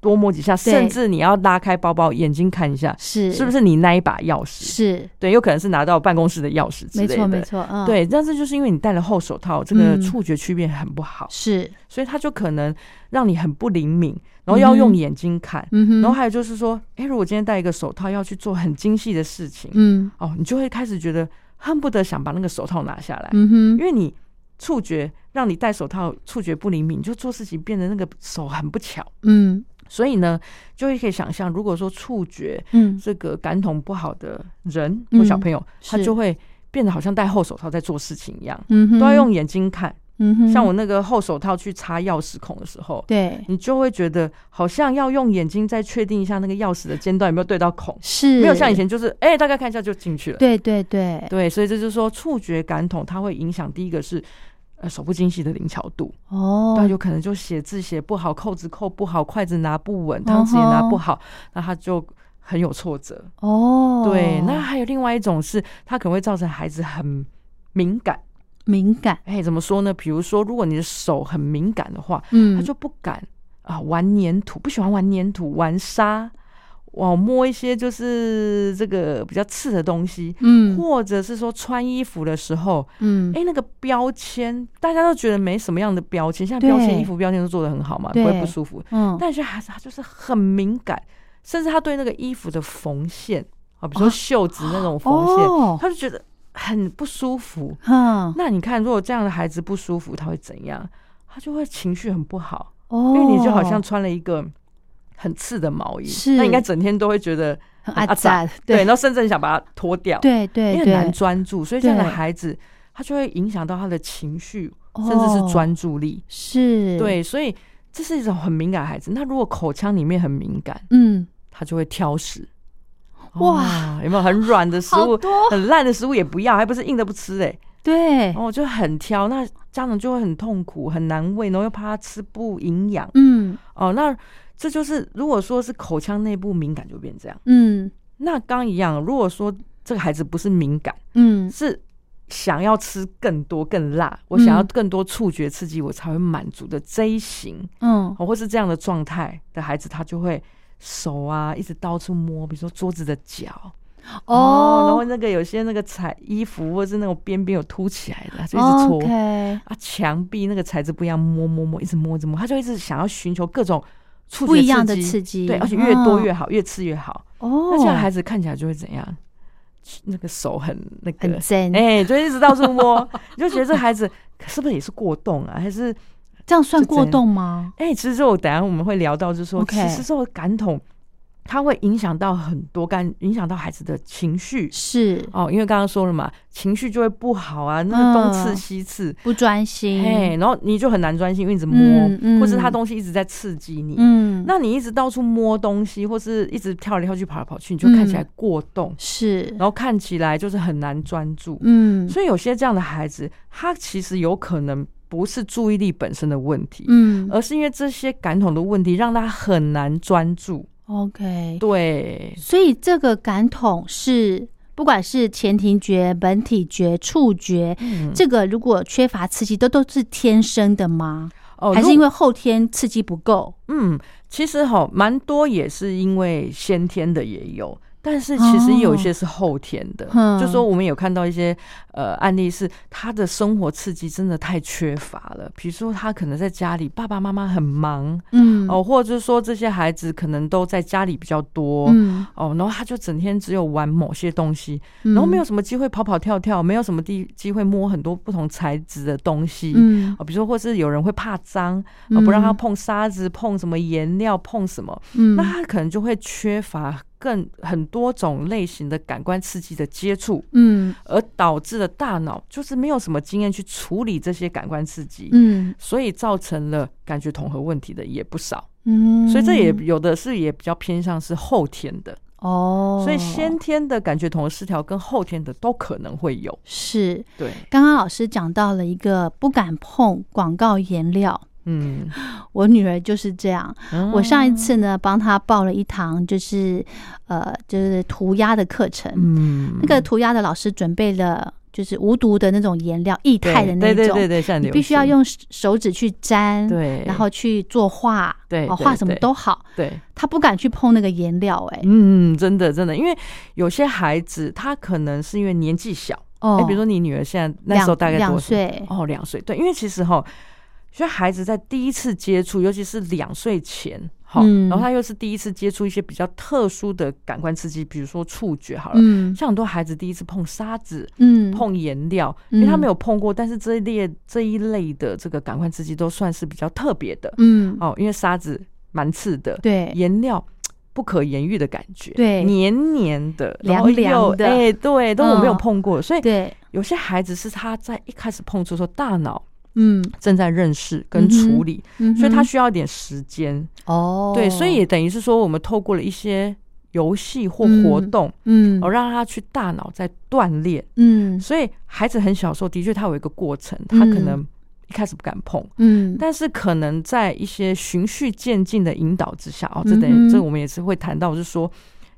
Speaker 2: 多摸几下，
Speaker 1: 对
Speaker 2: 甚至你要拉开包包，眼睛看一下
Speaker 1: 是
Speaker 2: 是不是你那一把钥匙。
Speaker 1: 是，
Speaker 2: 对，有可能是拿到办公室的钥匙之
Speaker 1: 没
Speaker 2: 类的。
Speaker 1: 错没错，嗯，，
Speaker 2: 对，但是就是因为你戴了厚手套，这个
Speaker 1: 嗯
Speaker 2: 触觉区别很不好，
Speaker 1: 是，
Speaker 2: 所以它就可能让你很不灵敏，然后要
Speaker 1: 嗯
Speaker 2: 用
Speaker 1: 哼
Speaker 2: 眼睛看。
Speaker 1: 嗯哼，
Speaker 2: 然后还有就是说，哎、如果今天戴一个手套要去做很精细的事情，
Speaker 1: 嗯
Speaker 2: 哦，你就会开始觉得恨不得想把那个手套拿下来，
Speaker 1: 嗯哼，
Speaker 2: 因为你触觉让你戴手套触觉不灵敏，你就做事情变得那个手很不巧。
Speaker 1: 嗯
Speaker 2: 所以呢，就会可以想象，如果说触觉
Speaker 1: 嗯，
Speaker 2: 这个感统不好的人
Speaker 1: 嗯
Speaker 2: 或小朋友，他
Speaker 1: 是
Speaker 2: 就会变得好像戴厚手套在做事情一样，
Speaker 1: 嗯哼，
Speaker 2: 都要用眼睛看，
Speaker 1: 嗯哼，
Speaker 2: 像我嗯那个后手套去插钥匙孔的时候，
Speaker 1: 对
Speaker 2: 你就会觉得好像要用眼睛再确定一下那个钥匙的尖端有没有对到孔，
Speaker 1: 是
Speaker 2: 没有像以前就是哎、大概看一下就进去了。
Speaker 1: 对对对
Speaker 2: 对，所以这就是说触觉感统它会影响第一个是。呃，手部精细的灵巧度，
Speaker 1: 哦，
Speaker 2: 那有可能就写字写不好，扣子扣不好，筷子拿不稳，汤匙也
Speaker 1: 嗯
Speaker 2: 拿不好，那他就很有挫折。
Speaker 1: 哦，
Speaker 2: 对，那还有另外一种是，它可能会造成孩子很敏感。
Speaker 1: 敏感，
Speaker 2: 哎，怎么说呢？比如说，如果你的手很敏感的话，他
Speaker 1: 嗯，
Speaker 2: 就不敢啊玩粘土，不喜欢玩粘土、玩沙，哦摸一些就是这个比较刺的东西，
Speaker 1: 嗯
Speaker 2: 或者是说穿衣服的时候，
Speaker 1: 嗯，
Speaker 2: 哎、那个标签大家都觉得没什么样的标签，像标
Speaker 1: 对
Speaker 2: 签、衣服标签都做的很好嘛，不会
Speaker 1: 对
Speaker 2: 不舒服。
Speaker 1: 嗯，
Speaker 2: 但是孩子他就是很敏感，甚至他对那个衣服的缝线啊，比如说
Speaker 1: 哦
Speaker 2: 袖子那种缝线，
Speaker 1: 哦
Speaker 2: 他就觉得很不舒服。
Speaker 1: 哼，
Speaker 2: 那你看，如果这样的孩子不舒服，他会怎样？他就会情绪很不好，
Speaker 1: 哦，
Speaker 2: 因为哎你就好像穿了一个很刺的毛衣，
Speaker 1: 是
Speaker 2: 那应该整天都会觉得
Speaker 1: 很
Speaker 2: 很
Speaker 1: 哦阿杂，
Speaker 2: 杂
Speaker 1: 对
Speaker 2: 对，然后甚至很想把它脱掉，
Speaker 1: 对对
Speaker 2: 因为很
Speaker 1: 对，
Speaker 2: 难专注，所以这样的
Speaker 1: 对
Speaker 2: 孩子他就会影响到他的情绪，甚至
Speaker 1: 哦
Speaker 2: 是专注力。
Speaker 1: 是，，
Speaker 2: 对，所以这是一种很敏感的孩子。那如果口腔里面很敏感，
Speaker 1: 嗯，
Speaker 2: 他就会挑食。
Speaker 1: 哇
Speaker 2: 哦，有没有很软的食
Speaker 1: 好
Speaker 2: 物
Speaker 1: 多、
Speaker 2: 很烂的食物也不要，还不是硬的不吃哎、
Speaker 1: 对，
Speaker 2: 哦，就很挑，那家长就会很痛苦、很难喂，然后又怕他吃不营养。
Speaker 1: 嗯
Speaker 2: 哦，那这就是如果说是口腔内部敏感就变这样。
Speaker 1: 嗯
Speaker 2: 那刚一样，如果说这个孩子不是敏感，
Speaker 1: 嗯，
Speaker 2: 是想要吃更多、更辣，我想要
Speaker 1: 嗯
Speaker 2: 更多触觉刺激，我才会满足的这一型。
Speaker 1: 嗯，
Speaker 2: 哦，或是这样的状态的孩子，他就会手啊一直到处摸，比如说桌子的角然后
Speaker 1: 哦，
Speaker 2: 那个有些那个材衣服或是那种边边有凸起来的，他就一直戳。
Speaker 1: 哦 OK，
Speaker 2: 啊，墙壁那个材质不一样，摸摸摸，一直摸一直摸，他就一直想要寻求各种触觉
Speaker 1: 不一样的
Speaker 2: 激
Speaker 1: 刺激
Speaker 2: 对，而且越多
Speaker 1: 嗯
Speaker 2: 越好，越刺越好。
Speaker 1: 哦，
Speaker 2: 那这样孩子看起来就会怎样？那个手很那个
Speaker 1: 很真
Speaker 2: 哎、就一直到处摸， 你就觉得这孩子是不是也是过动啊？还是
Speaker 1: 这样算
Speaker 2: 就
Speaker 1: 过
Speaker 2: 怎样
Speaker 1: 动吗？
Speaker 2: 哎、其实这我等一下我们会聊到，就是说
Speaker 1: OK
Speaker 2: 其实这个感统，它会影响到很多感，影响到孩子的情绪
Speaker 1: 是
Speaker 2: 哦。因为刚刚说了嘛，情绪就会不好啊，那个
Speaker 1: 嗯
Speaker 2: 东刺西刺，
Speaker 1: 不专心，
Speaker 2: 哎、然后你就很难专心，因为一直摸，
Speaker 1: 嗯嗯
Speaker 2: 或是他东西一直在刺激你。
Speaker 1: 嗯，
Speaker 2: 那你一直到处摸东西，或是一直跳来跳去、跑来跑去，你就看起来
Speaker 1: 嗯
Speaker 2: 过动，
Speaker 1: 是
Speaker 2: 然，后看起来就是很难专注。
Speaker 1: 嗯
Speaker 2: 所以有些这样的孩子，他其实有可能不是注意力本身的问题，
Speaker 1: 嗯
Speaker 2: 而是因为这些感统的问题让他很难专注。
Speaker 1: ，OK，
Speaker 2: 对，
Speaker 1: 所以这个感统是不管是前庭觉、本体觉、触觉，
Speaker 2: 嗯
Speaker 1: 这个如果缺乏刺激，都都是天生的吗？
Speaker 2: 哦
Speaker 1: 还是因
Speaker 2: 为
Speaker 1: 为后天刺激不够？
Speaker 2: 嗯，其实哈，蛮多也是因为先天的也有。但是其实有一些是后天的，
Speaker 1: 嗯
Speaker 2: 就说我们有看到一些呃案例是他的生活刺激真的太缺乏了，比如说他可能在家里爸爸妈妈很忙
Speaker 1: 嗯
Speaker 2: 哦，或者是说这些孩子可能都在家里比较多，
Speaker 1: 嗯，
Speaker 2: 哦，然后他就整天只有玩某些东西，
Speaker 1: 然
Speaker 2: 然后没有什么机会跑跑跳跳，没有什么地机会摸很多不同材质的东西。
Speaker 1: 嗯
Speaker 2: 哦，比如说，或是有人会怕脏，啊、不让他碰沙子、碰什么颜料、碰什么，
Speaker 1: 嗯
Speaker 2: 那他可能就会缺乏更很多种类型的感官刺激的接触，
Speaker 1: 嗯
Speaker 2: 而导致了大脑就是没有什么经验去处理这些感官刺激，
Speaker 1: 嗯
Speaker 2: 所以造成了感觉统合问题的也不少，
Speaker 1: 嗯，
Speaker 2: 所以这也有的是也比较偏向是后天的。
Speaker 1: 哦，
Speaker 2: 所以先天的感觉统合失调跟后天的都可能会有。
Speaker 1: 是
Speaker 2: 对，
Speaker 1: 刚刚老师讲到了一个不敢碰广告颜料，
Speaker 2: 嗯，
Speaker 1: 我女儿就是这样。
Speaker 2: 嗯
Speaker 1: 我上一，次呢帮她报了一堂就是呃就是涂鸦的课程，
Speaker 2: 嗯
Speaker 1: 那个涂鸦的老师准备了就是无毒的那种颜料，液
Speaker 2: 嗯对
Speaker 1: 态的那种，
Speaker 2: 对对对对，像
Speaker 1: 你必须要用手手指去沾，
Speaker 2: 对
Speaker 1: 然后去做画，
Speaker 2: 对
Speaker 1: 哦
Speaker 2: 对
Speaker 1: 画什么
Speaker 2: 对
Speaker 1: 都好，
Speaker 2: 对，
Speaker 1: 他不敢去碰那个颜料、哎、
Speaker 2: 嗯，真的真的，因为有些孩子他可能是因为年纪小，
Speaker 1: 哦，
Speaker 2: 哎，比如说你女儿现在那
Speaker 1: 两
Speaker 2: 时候大概
Speaker 1: 两
Speaker 2: 多少
Speaker 1: 岁
Speaker 2: 哦，两岁，对，因为其实哈。所以孩子在第一次接触，尤其是两岁前，哈、
Speaker 1: 嗯
Speaker 2: 然后他又是第一次接触一些比较特殊的感官刺激，比如说触觉，好了，
Speaker 1: 嗯
Speaker 2: 像很多孩子第一次碰沙子，
Speaker 1: 嗯，
Speaker 2: 碰颜料，
Speaker 1: 嗯
Speaker 2: 因为他没有碰过，但是这一列这一类的这个感官刺激都算是比较特别的
Speaker 1: 嗯，
Speaker 2: 哦，因为沙子蛮刺的，
Speaker 1: 对
Speaker 2: 颜料。不可言喻的感觉，
Speaker 1: 对
Speaker 2: 黏黏的，然后
Speaker 1: 凉凉
Speaker 2: 又
Speaker 1: 的
Speaker 2: 哎、对，都
Speaker 1: 嗯
Speaker 2: 我没有碰过，所以
Speaker 1: 对，
Speaker 2: 有些孩子是他在一开始碰触的时候，大脑
Speaker 1: 嗯
Speaker 2: 正在认识跟
Speaker 1: 嗯
Speaker 2: 处
Speaker 1: 哼
Speaker 2: 理，
Speaker 1: 嗯哼，
Speaker 2: 所以它需要一点时间。
Speaker 1: 哦，
Speaker 2: 对，所以也等于是说，我们透过了一些游戏或活
Speaker 1: 嗯
Speaker 2: 动，
Speaker 1: 嗯
Speaker 2: 哦，让他去大脑在锻炼。
Speaker 1: 嗯
Speaker 2: 所以孩子很小的时候，的确他有一个过程，他可
Speaker 1: 嗯
Speaker 2: 能一开始不敢碰，
Speaker 1: 嗯，
Speaker 2: 但是可能在一些循序渐进的引导之下，哦，这等
Speaker 1: 嗯哼
Speaker 2: 于这我们也是会谈到，就是说。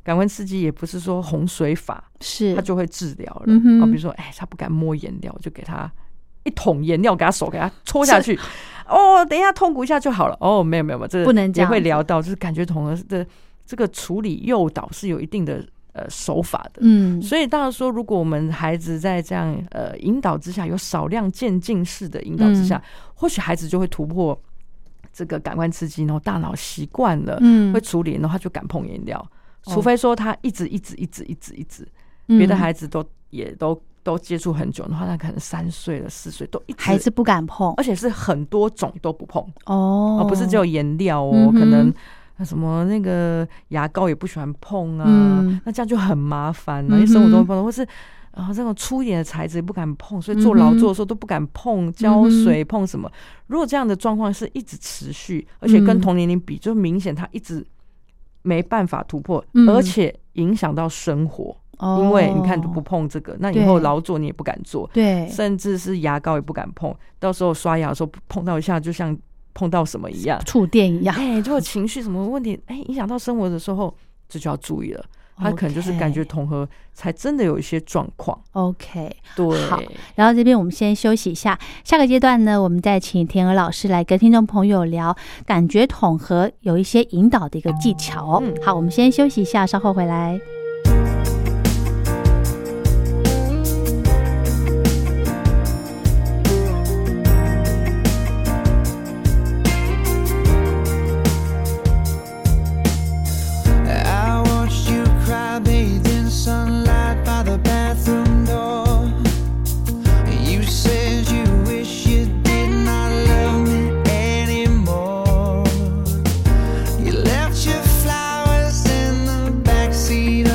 Speaker 2: 感官刺激也不是说洪水法，
Speaker 1: 是
Speaker 2: 他就会治疗了。
Speaker 1: 嗯哼
Speaker 2: 哦，比如说，哎，他不敢摸颜料，就给他一桶颜料，给他手给他戳下去。哦，等一下痛苦一下就好了。哦，没有没有没有，这个
Speaker 1: 不能这
Speaker 2: 也
Speaker 1: 样
Speaker 2: 会
Speaker 1: 子
Speaker 2: 聊到，就是感觉统合的这个处理诱导是有一定的呃手法的。
Speaker 1: 嗯
Speaker 2: 所以当然说，如果我们孩子在这样呃引导之下，有少量渐进式的引导之下，
Speaker 1: 嗯
Speaker 2: 或许孩子就会突破这个感官刺激，然后大脑习惯了，
Speaker 1: 嗯
Speaker 2: 会处理，然后他就敢碰饮料，
Speaker 1: 哦
Speaker 2: 除非说他一直一直一直一直一直，别的
Speaker 1: 嗯
Speaker 2: 孩子都也都都接触很久的话，那可能三岁了四岁都一直
Speaker 1: 孩子，不敢碰
Speaker 2: 而且是很多种都不碰
Speaker 1: 哦
Speaker 2: 哦，不是只有颜料
Speaker 1: 嗯
Speaker 2: 哦，
Speaker 1: 哼
Speaker 2: 可能。什么那个牙膏也不喜欢碰啊，
Speaker 1: 嗯
Speaker 2: 那这样就很麻烦
Speaker 1: 嗯
Speaker 2: 了、
Speaker 1: 哼
Speaker 2: 因为生活中会碰到，或是啊这种粗一点的材质也不敢碰，所以做
Speaker 1: 嗯
Speaker 2: 劳
Speaker 1: 哼嗯
Speaker 2: 作的时候都不敢碰胶水、碰什么。如果这样的状况是一直持续，而且
Speaker 1: 嗯
Speaker 2: 跟同年龄比，就明显他一直没办法突破，
Speaker 1: 嗯
Speaker 2: 而且影响到生活。
Speaker 1: 哦
Speaker 2: 因为你看都不碰这个，那以
Speaker 1: 对
Speaker 2: 后劳作你也不敢做，
Speaker 1: 对。
Speaker 2: 甚至是牙膏也不敢碰。到时候刷牙的时候碰到一下，就像碰到什么一样
Speaker 1: 触电一样，
Speaker 2: 哎，如果情绪什么问题，哎，影响到生活的时候，这就要注意了。
Speaker 1: 哦
Speaker 2: 他可能就是感觉统合才真的有一些状况。
Speaker 1: OK。
Speaker 2: 对，
Speaker 1: 好然后这边我们先休息一下，下个阶段呢，我们再请田娥老师来跟听众朋友聊感觉统合有一些引导的一个技巧哦。
Speaker 2: 嗯
Speaker 1: 好，我们先休息一下，稍后回来。
Speaker 3: I watched you cry bathed in sunlight by the bathroom door. You said you wish you did not love me anymore. You left your flowers in the backseat Oh,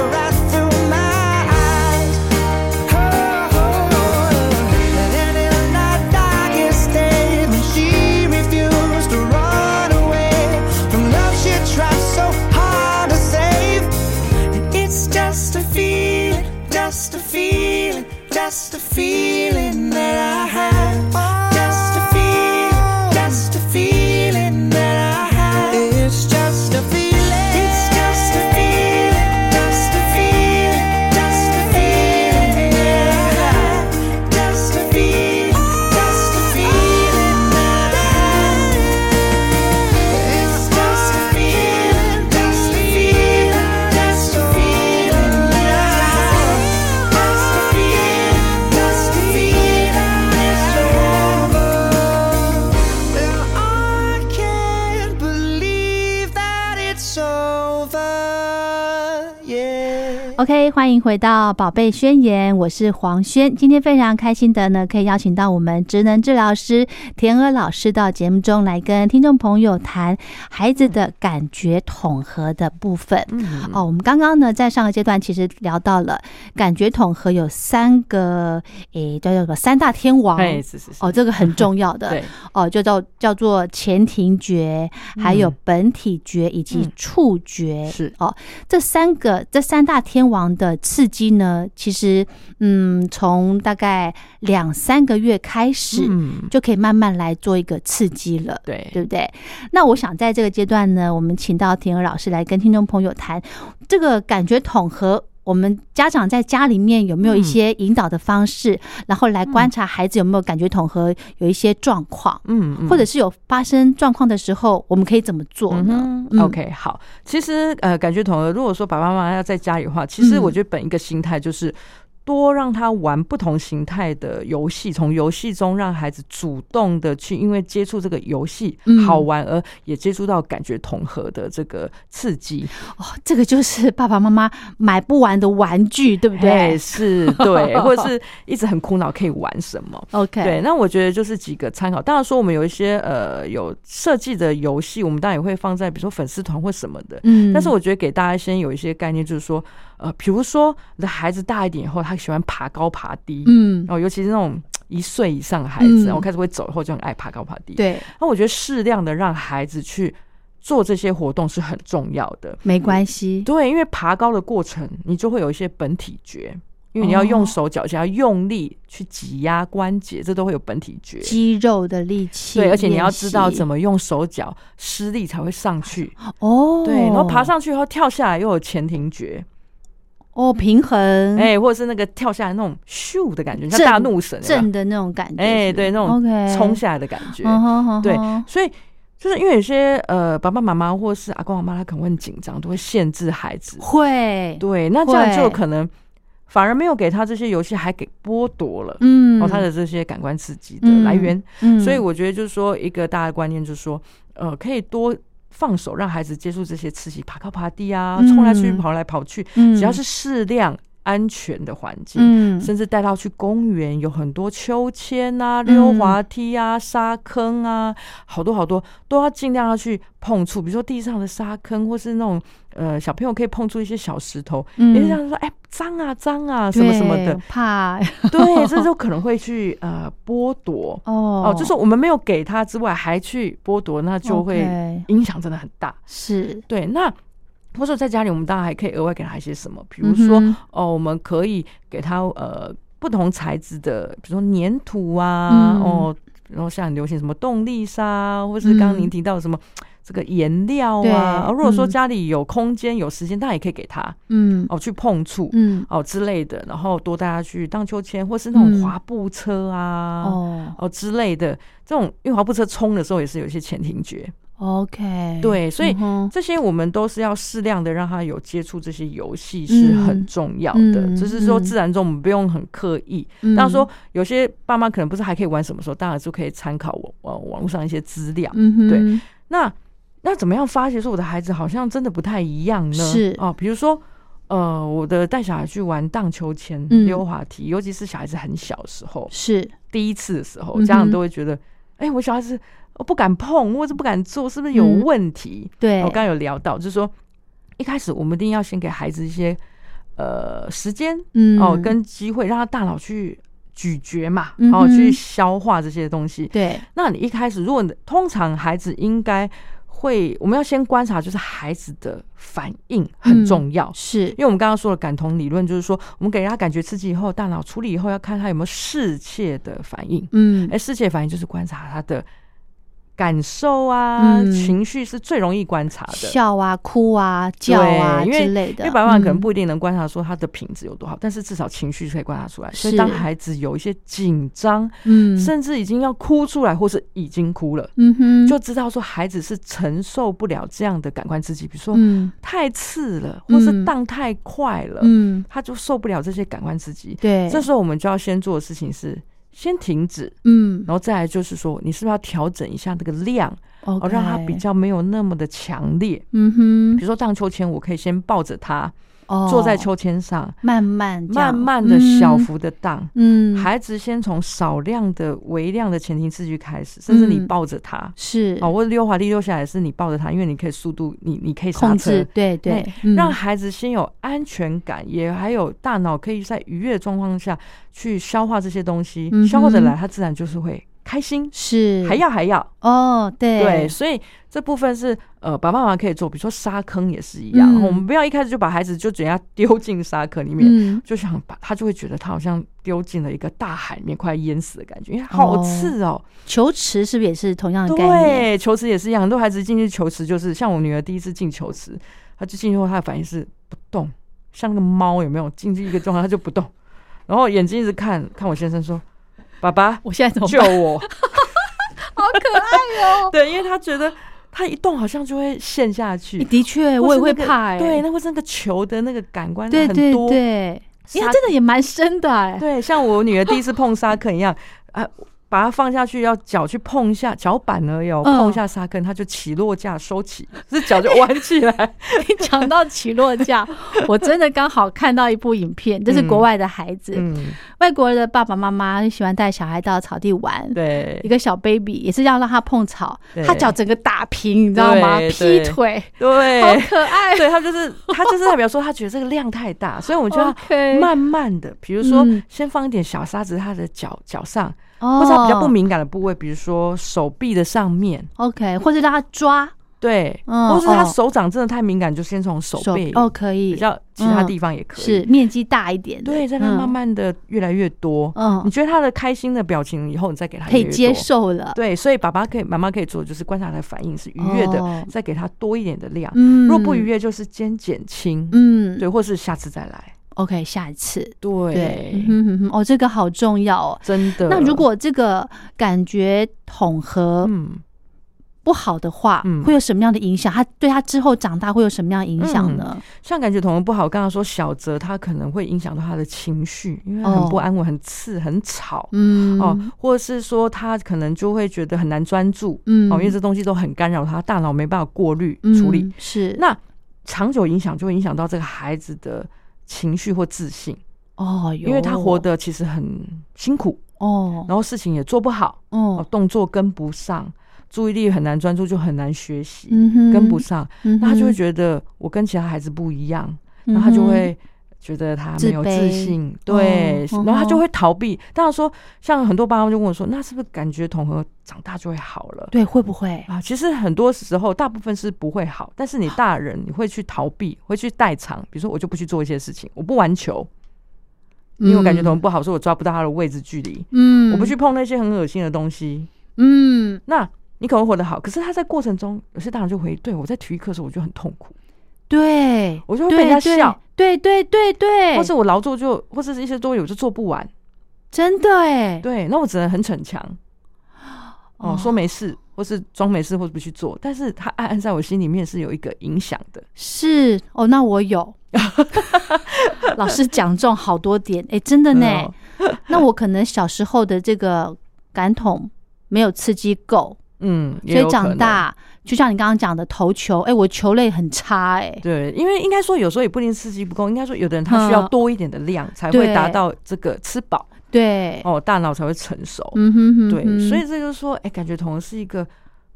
Speaker 3: Oh,
Speaker 1: OK，欢迎回到《宝贝宣言》，我是黄轩。今天非常开心的呢，可以邀请到我们职能治疗师田娥老师到节目中来跟听众朋友谈孩子的感觉统合的部分。
Speaker 2: 嗯
Speaker 1: 哦，我们刚刚呢在上个阶段其实聊到了感觉统合有三个，诶，叫做什么三大天王。
Speaker 2: 哎，是是是，
Speaker 1: 哦，这个很重要的
Speaker 2: 对，
Speaker 1: 哦，就叫叫做前庭觉，还有本体觉以及
Speaker 2: 嗯
Speaker 1: 触觉。
Speaker 2: 是
Speaker 1: 哦，这三个这三大天王的刺激呢，其实嗯，从大概两三个月开始、
Speaker 2: 嗯，
Speaker 1: 就可以慢慢来做一个刺激了。
Speaker 2: 对，
Speaker 1: 对不对？那我想在这个阶段呢，我们请到田儿老师来跟听众朋友谈这个感觉统合。我们家长在家里面有没有一
Speaker 2: 嗯
Speaker 1: 些引导的方式，然后来观察孩子有没有感觉统合有一些状况，
Speaker 2: 嗯，嗯
Speaker 1: 或者是有发生状况的时候，我们可以怎么做呢？
Speaker 2: 嗯
Speaker 1: 嗯
Speaker 2: OK，好，其实呃，感觉统合，如果说爸爸妈妈要在家里的话，其实
Speaker 1: 嗯
Speaker 2: 我觉得本一个心态就是。多让他玩不同形态的游戏，从游戏中让孩子主动的去，因为接触这个游戏
Speaker 1: 嗯
Speaker 2: 好玩，而也接触到感觉统合的这个刺激。
Speaker 1: 哦，这个就是爸爸妈妈买不完的玩具，对不
Speaker 2: 哎
Speaker 1: 对
Speaker 2: 是，对，或者是一直很苦恼可以玩什么。
Speaker 1: ？OK，
Speaker 2: 对，那我觉得就是几个参考。当然说我们有一些呃有设计的游戏，我们当然也会放在比如说粉丝团或什么的。
Speaker 1: 嗯，
Speaker 2: 但是我觉得给大家先有一些概念，就是说，呃，比如说你的孩子大一点以后，他喜欢爬高爬低，
Speaker 1: 嗯，
Speaker 2: 然后尤其是那种一岁以上的孩子，
Speaker 1: 嗯
Speaker 2: 然后开始会走以后就很爱爬高爬低。，
Speaker 1: 对，
Speaker 2: 那我觉得适量的让孩子去做这些活动是很重要的。
Speaker 1: 没关系，
Speaker 2: 对，因为爬高的过程，你就会有一些本体觉，因为你要用
Speaker 1: 哦
Speaker 2: 手脚想要用力去挤压关节，这都会有本体觉。
Speaker 1: 肌肉的力气，
Speaker 2: 对，而且你要知道怎
Speaker 1: 么
Speaker 2: 么用手脚施力才会上去。
Speaker 1: 哦，
Speaker 2: 对，然后爬上去以后跳下来又有前庭觉，
Speaker 1: 哦，平衡，
Speaker 2: 哎、或者是那个跳下来那种咻的感觉，像
Speaker 1: 震
Speaker 2: 大怒神有没有
Speaker 1: 正的那种感觉，
Speaker 2: 哎、对，那种
Speaker 1: OK
Speaker 2: 冲下来的感觉。
Speaker 1: 嗯哼哼
Speaker 2: 对
Speaker 1: 哼
Speaker 2: 所以就是因为有些呃爸爸妈妈或是阿公阿妈，他可能会很紧张，都会限制孩子。
Speaker 1: 会，
Speaker 2: 对，那这样就
Speaker 1: 会
Speaker 2: 可能反而没有给他这些游戏，还给剥夺了、
Speaker 1: 嗯，
Speaker 2: 哦他的这些感官刺激的来源。
Speaker 1: 嗯，嗯
Speaker 2: 所以我觉得就是说，一个大的观念就是说，呃，可以多放手让孩子接触这些刺激，爬高爬低啊，冲来去
Speaker 1: 嗯
Speaker 2: 跑来跑去，
Speaker 1: 嗯
Speaker 2: 只要是适量安全的环境。
Speaker 1: 嗯
Speaker 2: 甚至带到去公园，有很多秋千啊、溜
Speaker 1: 嗯
Speaker 2: 滑梯啊、沙坑啊，好多好多都要尽量要去碰触，比如说地上的沙坑，或是那种呃小朋友可以碰触一些小石头，
Speaker 1: 嗯
Speaker 2: 也是让他说哎脏啊脏啊什么什么的
Speaker 1: 对，怕
Speaker 2: 对，这就可能会去呃剥夺
Speaker 1: 哦
Speaker 2: 哦，就是我们没有给他之外，还去剥夺，那就会
Speaker 1: OK
Speaker 2: 影响真的很大。
Speaker 1: 是
Speaker 2: 对，那或者在家里，我们当然还可以额外给他一些什么，比如说、
Speaker 1: 嗯哼
Speaker 2: 哦，我们可以给他呃不同材质的，比如说粘土啊，
Speaker 1: 嗯
Speaker 2: 哦，然后像很流行什么动力沙，或是刚刚您
Speaker 1: 嗯
Speaker 2: 提到的什么。这个颜料
Speaker 1: 对
Speaker 2: 啊，哦如果说
Speaker 1: 嗯
Speaker 2: 家里有空间、有时间，当然也可以给他
Speaker 1: 嗯
Speaker 2: 哦去碰触、
Speaker 1: 嗯
Speaker 2: 哦之类的，然后多带他去荡秋千，或是那种
Speaker 1: 嗯
Speaker 2: 滑步车啊，
Speaker 1: 哦
Speaker 2: 哦之类的，这种因为滑步车冲的时候也是有一些前庭觉，
Speaker 1: ，OK，
Speaker 2: 对，所以
Speaker 1: 嗯哼
Speaker 2: 这些我们都是要适量的让他有接触这些游戏是很重要的，
Speaker 1: 嗯嗯嗯
Speaker 2: 就是说
Speaker 1: 嗯
Speaker 2: 自然中我们不用很刻意。
Speaker 1: 嗯
Speaker 2: 当然说有些爸妈可能不是还可以玩什么时候，当然就可以参考网网网络上一些资料。
Speaker 1: 嗯哼
Speaker 2: 对那那怎么样发觉说我的孩子好像真的不太一样呢？
Speaker 1: 是
Speaker 2: 哦，比如说。呃，我的带小孩去玩荡秋千、
Speaker 1: 嗯
Speaker 2: 溜滑梯，尤其是小孩子很小的时候，
Speaker 1: 是
Speaker 2: 第一次的时候，
Speaker 1: 嗯哼
Speaker 2: 家长都会觉得，哎、我小孩子我不敢碰，或者不敢做，是不是有
Speaker 1: 嗯
Speaker 2: 问题？哦
Speaker 1: 对
Speaker 2: 我刚刚有聊到，就是说一开始我们一定要先给孩子一些呃时间，
Speaker 1: 嗯
Speaker 2: 哦，跟机会，让他大脑去咀嚼嘛，
Speaker 1: 嗯
Speaker 2: 哦，
Speaker 1: 哼
Speaker 2: 去消化这些东西。
Speaker 1: 对
Speaker 2: 那你一开始，如果你通常孩子应该会，我们要先观察，就是孩子的反应很
Speaker 1: 嗯
Speaker 2: 重要。
Speaker 1: 是
Speaker 2: 因为我们刚刚说的感同理论，就是说我们给人家感觉刺激以后，大脑处理以后要看他有没有适切的反应。
Speaker 1: 嗯
Speaker 2: 哎，世界反应就是观察他的感受啊，
Speaker 1: 嗯
Speaker 2: 情绪是最容易观察的。
Speaker 1: 笑啊哭啊叫
Speaker 2: 对
Speaker 1: 啊
Speaker 2: 因
Speaker 1: 之
Speaker 2: 为
Speaker 1: 类
Speaker 2: 因
Speaker 1: 的，
Speaker 2: 为百万可能
Speaker 1: 嗯
Speaker 2: 不一定能观察说他的品质有多好，但是至少情绪是可以观察出来。所
Speaker 1: 嗯
Speaker 2: 以
Speaker 1: 是
Speaker 2: 当孩子有一些紧张，
Speaker 1: 嗯
Speaker 2: 甚至已经要哭出来，或是已经哭了，
Speaker 1: 嗯哼
Speaker 2: 就知道说孩子是承受不了这样的感官刺激，比如说
Speaker 1: 嗯
Speaker 2: 太刺了，或是
Speaker 1: 嗯
Speaker 2: 荡太快了，
Speaker 1: 嗯
Speaker 2: 他就受不了这些感官刺激。
Speaker 1: 对，
Speaker 2: 这时候我们就要先做的事情是先停止，
Speaker 1: 嗯
Speaker 2: 然后再来就是说，你是不是要调整一下那个量，哦
Speaker 1: ，OK，
Speaker 2: 哦，让它比较没有那么的强烈。
Speaker 1: 嗯哼
Speaker 2: 比如说荡秋千，我可以先抱着它，
Speaker 1: 哦
Speaker 2: 坐在秋千上，
Speaker 1: 慢慢这样
Speaker 2: 慢慢的小，幅的荡。
Speaker 1: 嗯，嗯
Speaker 2: 孩子先从少量的、微量的前庭刺激开始，甚至你
Speaker 1: 嗯
Speaker 2: 抱着他，
Speaker 1: 是
Speaker 2: 哦，或者溜滑梯溜下来是你抱着他，因为你可以速度，你你可以刹
Speaker 1: 控
Speaker 2: 车
Speaker 1: 制，，对对
Speaker 2: 对，
Speaker 1: 嗯
Speaker 2: 让孩子先有安全感，也还有大脑可以在愉悦的状况下去消化这些东西，
Speaker 1: 嗯哼
Speaker 2: 消化的来，他自然就是会开心，
Speaker 1: 是
Speaker 2: 还要还要。
Speaker 1: 哦，对
Speaker 2: 对，所以这部分是呃，爸爸妈妈可以做，比如说沙坑也是一样，
Speaker 1: 嗯
Speaker 2: 我们不要一开始就把孩子就怎样丢进沙坑里面，
Speaker 1: 嗯，
Speaker 2: 就想把他就会觉得他好像丢进了一个大海里面，快淹死的感觉，因为好刺哦。
Speaker 1: 球池是不是也是同样的概念？
Speaker 2: 对，球池也是一样，很多孩子进去球池就是像我女儿第一次进球池，她就进去后她的反应是不动，像那个猫有没有进去一个状态她就不动，然后眼睛一直看看我先生说：“爸爸
Speaker 1: 我现在怎么
Speaker 2: 救
Speaker 1: 办？
Speaker 2: 我！”好可爱哦。 对，因为他觉得他一动好像就会陷下去。
Speaker 1: 的确，
Speaker 2: 或
Speaker 1: 我
Speaker 2: 是
Speaker 1: 也会
Speaker 2: 那个
Speaker 1: 怕哎，
Speaker 2: 对，那会是那个球的那个感官
Speaker 1: 对
Speaker 2: 很
Speaker 1: 对
Speaker 2: 多，
Speaker 1: 对，因为它
Speaker 2: 沙
Speaker 1: 真的也蛮深的哎，
Speaker 2: 对，像我女儿第一次碰沙坑一样，啊，把它放下去，要脚去碰一下脚板而已哦，
Speaker 1: 嗯
Speaker 2: 碰一下沙坑，她就起落架收起，这脚就弯 起来。
Speaker 1: 讲到起落 架，我真的刚好看到一部影片，这是国外的孩子，
Speaker 2: 嗯，
Speaker 1: 外国的爸爸妈妈喜欢带小孩到草地玩。
Speaker 2: 对
Speaker 1: 一个小 baby 也是要让他碰草，
Speaker 2: 对
Speaker 1: 他脚整个打平，你知道吗？
Speaker 2: 对
Speaker 1: 劈
Speaker 2: 对
Speaker 1: 腿，好
Speaker 2: 对。
Speaker 1: 可爱。
Speaker 2: 对他就是他就是代表说他觉得这个量太大，所以我觉得
Speaker 1: OK
Speaker 2: 要慢慢的，比如说
Speaker 1: 嗯
Speaker 2: 先放一点小沙子在他的脚脚上，
Speaker 1: 哦
Speaker 2: 或者他比较不敏感的部位，比如说手臂的上面，
Speaker 1: 哦 OK，或者让他抓
Speaker 2: 对，
Speaker 1: 嗯
Speaker 2: 或是他
Speaker 1: 哦
Speaker 2: 手掌真的太敏感，就先从手背
Speaker 1: 哦，可以
Speaker 2: 比较其他
Speaker 1: 嗯
Speaker 2: 地方也可以，
Speaker 1: 是面积大一点的，
Speaker 2: 对，再让他慢慢的越来越多。
Speaker 1: 嗯
Speaker 2: 你觉得他的开心的表情，以后你再给他
Speaker 1: 嗯可
Speaker 2: 越
Speaker 1: 以
Speaker 2: 来越
Speaker 1: 接
Speaker 2: 多。
Speaker 1: 受了。
Speaker 2: 对，所以爸爸可以，妈妈可以做，就是观察他的反应是愉悦的，
Speaker 1: 哦
Speaker 2: 再给他多一点的量。
Speaker 1: 嗯
Speaker 2: 如果不愉悦，就是先减轻，
Speaker 1: 嗯，
Speaker 2: 对，或是下次再来。
Speaker 1: ，OK，下一次，
Speaker 2: 对，
Speaker 1: 对，嗯哼哼哼哦，这个好重要哦。
Speaker 2: 真的。
Speaker 1: 那如果这个感觉统合
Speaker 2: 嗯，
Speaker 1: 不好的话，
Speaker 2: 嗯
Speaker 1: 会有什么样的影响？他对他之后长大会有什么样的影响呢？
Speaker 2: 像感觉同样不好，我刚刚说小泽他可能会影响到他的情绪，因为他很不
Speaker 1: 哦
Speaker 2: 安稳、很刺、很吵。
Speaker 1: 嗯，
Speaker 2: 哦，或者是说他可能就会觉得很难专注，
Speaker 1: 嗯
Speaker 2: 哦，因为这东西都很干扰他，大脑没办法过滤、
Speaker 1: 嗯，
Speaker 2: 处理，
Speaker 1: 是
Speaker 2: 那长久影响就会影响到这个孩子的情绪或自信，
Speaker 1: 哦，
Speaker 2: 因为他
Speaker 1: 有
Speaker 2: 活得其实很辛苦，
Speaker 1: 哦，
Speaker 2: 然后事情也做不好，哦
Speaker 1: 哦，，
Speaker 2: 动作跟不上，注意力很难专注，就很难学习，
Speaker 1: 嗯哼
Speaker 2: 跟不上，
Speaker 1: 嗯哼，
Speaker 2: 那他就会觉得我跟其他孩子不一样，
Speaker 1: 嗯哼，
Speaker 2: 然后他就会。觉得他没有
Speaker 1: 自卑
Speaker 2: 自信，对，
Speaker 1: 哦
Speaker 2: 然后他就
Speaker 1: 嗯哼
Speaker 2: 会逃避。当然说，像很多爸妈就问我说：“那是不是感觉统合长大就会好了？”
Speaker 1: 对，会不会？
Speaker 2: 啊，其实很多时候大部分是不会好，但是你大人你会去逃避，会去代偿，比如说我就不去做一些事情，我不玩球，因为我感觉
Speaker 1: 嗯
Speaker 2: 头不好，所以我抓不到他的位置距离，
Speaker 1: 嗯，
Speaker 2: 我不去，碰那些很恶心的东西。
Speaker 1: 嗯，
Speaker 2: 那你可能活得好，可是他在过程中，有些大人就回，对我在体育课的时候我就很痛苦，
Speaker 1: 对，
Speaker 2: 我就会被人家
Speaker 1: 对
Speaker 2: 笑，，
Speaker 1: 对对对对，
Speaker 2: 或是我劳作就，或者是一些作业我就做不完，
Speaker 1: 真的哎，
Speaker 2: 对，那我只能很逞强，哦，
Speaker 1: 哦
Speaker 2: 说没事，或是装没事，或是不去做，但是他暗暗在我心里面是有一个影响的。
Speaker 1: 是哦，那我 有。老师讲中好多点，哎、真的呢。
Speaker 2: 嗯
Speaker 1: 那我可能小时候的这个感统没有刺激够，
Speaker 2: 嗯，也
Speaker 1: 所以
Speaker 2: 有可
Speaker 1: 长
Speaker 2: 能
Speaker 1: 大就像你刚刚讲的投球，哎、我球类很差、哎，
Speaker 2: 对，因为应该说有时候也不一定刺激不够，应该说有的人他需要多一点的量
Speaker 1: 嗯
Speaker 2: 才
Speaker 1: 对
Speaker 2: 会达到这个吃饱
Speaker 1: 对，
Speaker 2: 哦，大脑才会成熟。
Speaker 1: 嗯哼哼
Speaker 2: 对，
Speaker 1: 哼
Speaker 2: 所以这就是说，哎、感觉同是一个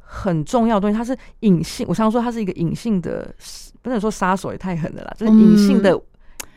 Speaker 2: 很重要的东西，它是隐性。我常说它是一个隐性的，不能说杀手也太狠了啦，就是隐性的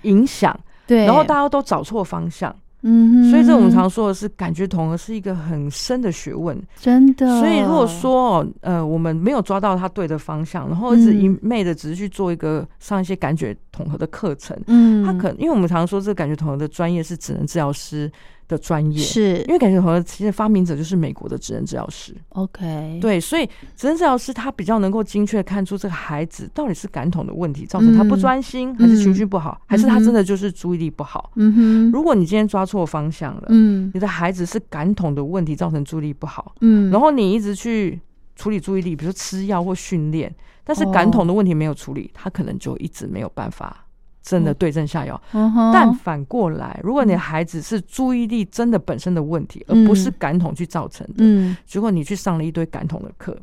Speaker 2: 影响。
Speaker 1: 嗯对，
Speaker 2: 然后大家都找错方向，
Speaker 1: 嗯哼，
Speaker 2: 所以这我们常说的是感觉同是一个很深的学问。
Speaker 1: 真的，
Speaker 2: 所以如果说哦呃我们没有抓到他对的方向，然后一直
Speaker 1: 嗯
Speaker 2: 一昧的只是去做一个上一些感觉统合的课程，
Speaker 1: 嗯，
Speaker 2: 他可因为我们常说这个感觉统合的专业是职能治疗师的专业，
Speaker 1: 是
Speaker 2: 因为感觉统合其实发明者就是美国的职能治疗师，
Speaker 1: OK，，
Speaker 2: 对，所以职能治疗师他比较能够精确地看出这个孩子到底是感统的问题造成他不
Speaker 1: 嗯
Speaker 2: 专心，还是情绪不好，还是他
Speaker 1: 嗯哼
Speaker 2: 真的就是注意力不好。
Speaker 1: 嗯哼，
Speaker 2: 如果你今天抓错方向了，
Speaker 1: 嗯
Speaker 2: 你的孩子是感统的问题造成注意力不好，
Speaker 1: 嗯，
Speaker 2: 然后你一直去处理注意力，比如说吃药或训练，但是感
Speaker 1: 哦
Speaker 2: 统的问题没有处理，他可能就一直没有办法真的对症下药。
Speaker 1: 嗯哼
Speaker 2: 但反过来，如果你的孩子是注意力真的本身的问题，
Speaker 1: 嗯
Speaker 2: 而不是感统去造成的，
Speaker 1: 嗯
Speaker 2: 结果你去上了一堆感统的课，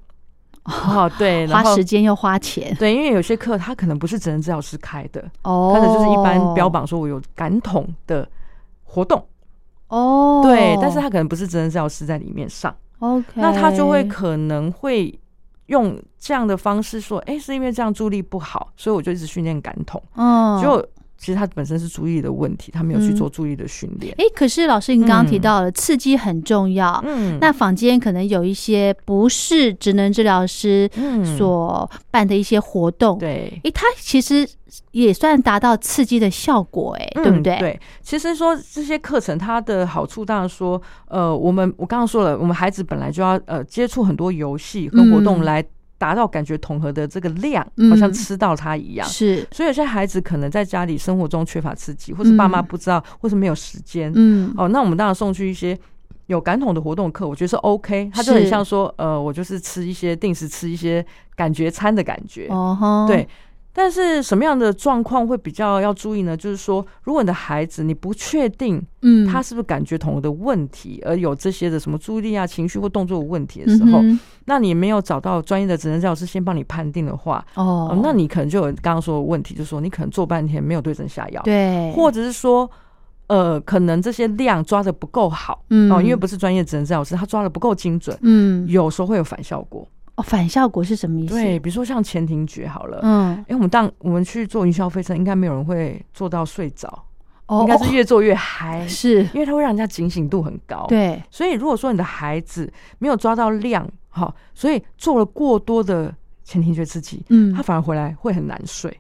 Speaker 2: 哦， 对，然
Speaker 1: 花
Speaker 2: 后
Speaker 1: 时间又花钱
Speaker 2: 对，因为有些课它可能不是只能治疗师开的，
Speaker 1: 哦
Speaker 2: 它可能就是一般标榜说我有感统的活动，
Speaker 1: 哦，
Speaker 2: 对，但是它可能不是职能治疗师在里面上，
Speaker 1: OK，
Speaker 2: 那他就会可能会用这样的方式说，哎、是因为这样助力不好，所以我就一直训练感统，
Speaker 1: 嗯
Speaker 2: 就、其实他本身是注意力的问题，他没有去
Speaker 1: 嗯
Speaker 2: 做注意力的训练，
Speaker 1: 哎，可是老师，你刚刚提
Speaker 2: 嗯
Speaker 1: 到了、刺激很重要，
Speaker 2: 嗯
Speaker 1: 那坊间可能有一些不是职能治疗师
Speaker 2: 嗯
Speaker 1: 所办的一些活动，
Speaker 2: 对。
Speaker 1: 诶，它其实也算达到刺激的效果、诶，对不
Speaker 2: 嗯
Speaker 1: 对？
Speaker 2: 对，其实说这些课程它的好处，当然说，呃，我们我刚刚说了，我们孩子本来就要呃接触很多游戏和活动
Speaker 1: 嗯
Speaker 2: 来达到感觉统合的这个量，
Speaker 1: 嗯
Speaker 2: 好像吃到它一样。
Speaker 1: 是，
Speaker 2: 所以有些孩子可能在家里生活中缺乏刺激，或是爸妈
Speaker 1: 嗯
Speaker 2: 不知道，或是没有时间。
Speaker 1: 嗯，
Speaker 2: 哦，那我们当然送去一些有感统的活动课，我觉得是 OK。它就很
Speaker 1: 是
Speaker 2: 像说，呃，我就是吃一些定时吃一些感觉餐的感觉。
Speaker 1: 哦吼，
Speaker 2: 对。但是什么样的状况会比较要注意呢？就是说，如果你的孩子你不确定
Speaker 1: 嗯，
Speaker 2: 他是不是感觉统合的问题，而有这些的什么注意力啊、情绪或动作有问题的时候，
Speaker 1: 嗯
Speaker 2: 那你没有找到专业的职能教师先帮你判定的话，
Speaker 1: 哼哦、
Speaker 2: 哦，那你可能就有刚刚说的问题，就是说你可能做半天没有对症下药，，
Speaker 1: 对，
Speaker 2: 或者是说，呃，可能这些量抓的不够好，
Speaker 1: 嗯
Speaker 2: 哦，因为不是专业职能治疗师，他抓的不够精准，
Speaker 1: 嗯，
Speaker 2: 有时候会有反效果。
Speaker 1: 哦，反效果是什么意思？
Speaker 2: 对，，比如说像前庭觉好了，嗯，
Speaker 1: 嗯，
Speaker 2: 哎，我们当我们去做云霄飞车，应该没有人会做到睡着，
Speaker 1: 哦，
Speaker 2: 应该
Speaker 1: 哦
Speaker 2: 是越做哦越嗨，
Speaker 1: 是，
Speaker 2: 因为它会让人家警醒度很高，。
Speaker 1: 对，
Speaker 2: 所以如果说你的孩子没有抓到量，哈、所以做了过多的前庭觉刺激，
Speaker 1: 嗯
Speaker 2: 他反而回来会很难睡。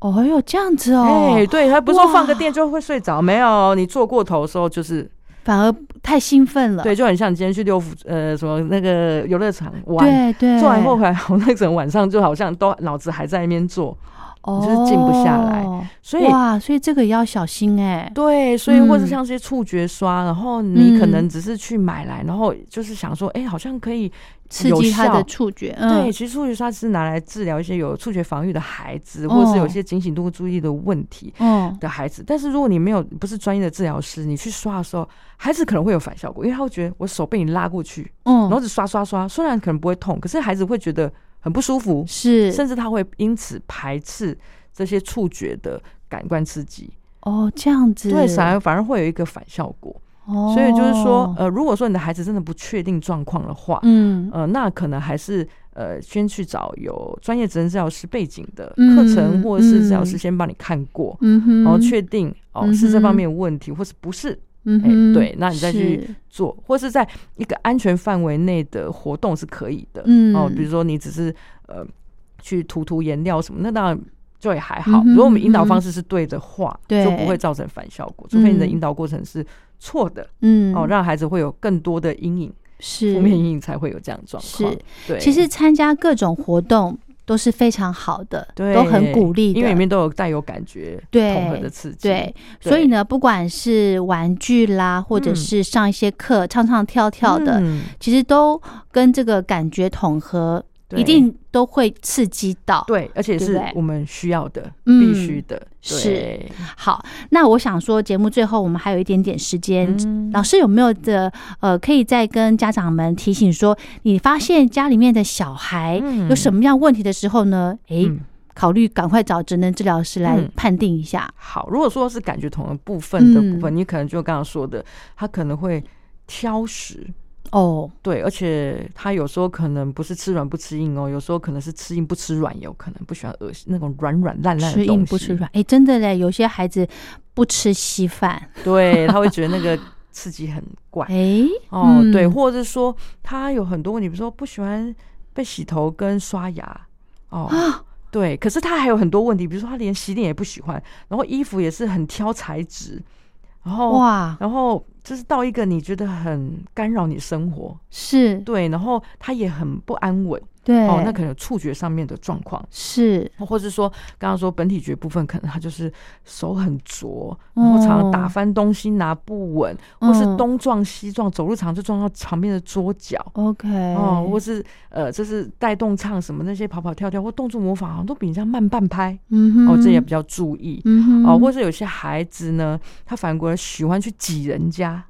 Speaker 1: 哦哟，这样子哦，
Speaker 2: 哎、对，他不是
Speaker 1: 哇
Speaker 2: 说放个电就会睡着，没有，你做过头的时候就是，
Speaker 1: 反而太兴奋了，
Speaker 2: 对，就很像你今天去六福呃什么那个游乐场玩，
Speaker 1: 对对，
Speaker 2: 做完后回来，我那整晚上就好像都脑子还在那边做，
Speaker 1: 哦，
Speaker 2: 你就是静不下来所以
Speaker 1: 哇，所以这个也要小心哎、
Speaker 2: 对，所以或者
Speaker 1: 嗯
Speaker 2: 像这些触觉刷，然后你可
Speaker 1: 嗯
Speaker 2: 能只是去买来，然后就是想说，哎、好像可以
Speaker 1: 刺
Speaker 2: 有
Speaker 1: 激他的
Speaker 2: 效
Speaker 1: 触觉，
Speaker 2: 对，
Speaker 1: 嗯，
Speaker 2: 其实触觉刷是拿来治疗一些有触觉防御的孩
Speaker 1: 哦
Speaker 2: 子，或者是有一些警醒度、注意的问题
Speaker 1: 嗯，
Speaker 2: 的孩子。但是如果你没有不是专业的治疗师，你去刷的时候，孩子可能会有反效果，因为他会觉得我手被你拉过去，然后
Speaker 1: 嗯，
Speaker 2: 只刷刷刷，虽然可能不会痛，可是孩子会觉得很不舒服，
Speaker 1: 是，
Speaker 2: 甚至他会因此排斥这些触觉的感官刺激，
Speaker 1: 哦，这样子，
Speaker 2: 对，反而反而会有一个反效果。
Speaker 1: 哦，
Speaker 2: 所以就是说，呃，如果说你的孩子真的不确定状况的话，
Speaker 1: 嗯，
Speaker 2: 呃，那可能还是呃，先去找有专业职能治疗师背景的
Speaker 1: 嗯
Speaker 2: 课程，或者是治疗
Speaker 1: 嗯
Speaker 2: 师先帮你看过，
Speaker 1: 嗯哼，
Speaker 2: 然后确定哦、
Speaker 1: 嗯
Speaker 2: 是这方
Speaker 1: 哼
Speaker 2: 面有问题，或是不是。
Speaker 1: 嗯
Speaker 2: 哎、
Speaker 1: 哼，
Speaker 2: 对，那你再去
Speaker 1: 是
Speaker 2: 做，或是在一个安全范围内的活动是可以的。
Speaker 1: 嗯
Speaker 2: 哦，比如说你只是呃去涂涂颜料什么，那当然就也还好。
Speaker 1: 嗯哼
Speaker 2: 如果我们引导
Speaker 1: 嗯哼
Speaker 2: 方式是对的话，
Speaker 1: 对
Speaker 2: 就不会造成反效果，除非你的
Speaker 1: 嗯
Speaker 2: 引导过程是错的、
Speaker 1: 嗯，
Speaker 2: 哦，让孩子会有更多的阴影。
Speaker 1: 是
Speaker 2: 负面阴影才会有这样的状况。
Speaker 1: 是
Speaker 2: 对，
Speaker 1: 其实参加各种活动都是非常好的，
Speaker 2: 对
Speaker 1: 都很鼓励的，
Speaker 2: 因为里面都有带有感觉、
Speaker 1: 对
Speaker 2: 统合的刺激。
Speaker 1: 对，
Speaker 2: 对
Speaker 1: 所以呢，不管是玩具啦，或者
Speaker 2: 嗯
Speaker 1: 是上一些课、唱唱跳跳的，
Speaker 2: 嗯
Speaker 1: 其实都跟这个感觉统合，
Speaker 2: 对
Speaker 1: 一定都会刺激到。
Speaker 2: 对，而且
Speaker 1: 对
Speaker 2: 是
Speaker 1: 不对
Speaker 2: 我们需要的、
Speaker 1: 嗯
Speaker 2: 必须的。
Speaker 1: 是
Speaker 2: 对，
Speaker 1: 好，那我想说，节目最后我们还有一点点时间，
Speaker 2: 嗯
Speaker 1: 老师有没有的呃，可以再跟家长们提醒说，你发现家里面的小孩
Speaker 2: 嗯
Speaker 1: 有什么样问题的时候呢？诶、
Speaker 2: 嗯
Speaker 1: 考虑赶快找职能治疗师来
Speaker 2: 嗯
Speaker 1: 判定一下。
Speaker 2: 好，如果说是感觉统合部分的
Speaker 1: 嗯
Speaker 2: 部分，你可能就刚刚说的，他可能会挑食。
Speaker 1: 哦，
Speaker 2: 对，而且他有时候可能不是吃软不吃硬哦，有时候可能是吃硬不吃软，也有可能不喜欢恶心那种软软烂烂的
Speaker 1: 吃
Speaker 2: 东
Speaker 1: 硬不
Speaker 2: 西
Speaker 1: 吃软，诶，真的嘞，有些孩子不吃稀饭，
Speaker 2: 对，他会觉得那个刺激很怪。
Speaker 1: 诶，
Speaker 2: 哦，
Speaker 1: 嗯
Speaker 2: 对，或者是说他有很多问题，比如说不喜欢被洗头跟刷牙，哦，
Speaker 1: 啊，
Speaker 2: 对，可是他还有很多问题，比如说他连洗脸也不喜欢，然后衣服也是很挑材质，然后
Speaker 1: 哇，
Speaker 2: 然后就是到一个你觉得很干扰你生活，
Speaker 1: 是
Speaker 2: 对，然后他也很不安稳，
Speaker 1: 对，
Speaker 2: 哦，那可能有触觉上面的状况。
Speaker 1: 是
Speaker 2: 或者说，刚刚说本体觉部分，可能他就是手很拙，然后常常打翻东西拿不稳，或是
Speaker 1: 嗯
Speaker 2: 东撞西撞，走路常常就撞到旁边的桌角。
Speaker 1: OK
Speaker 2: 哦，或是呃，这是带动唱什么那些跑跑跳跳或动作模仿，好像都比人家慢半拍。
Speaker 1: 嗯哼，
Speaker 2: 哦，这也比哦较注意。
Speaker 1: 嗯哼，
Speaker 2: 哦，或是有些孩子呢，他反过来喜欢去挤人家，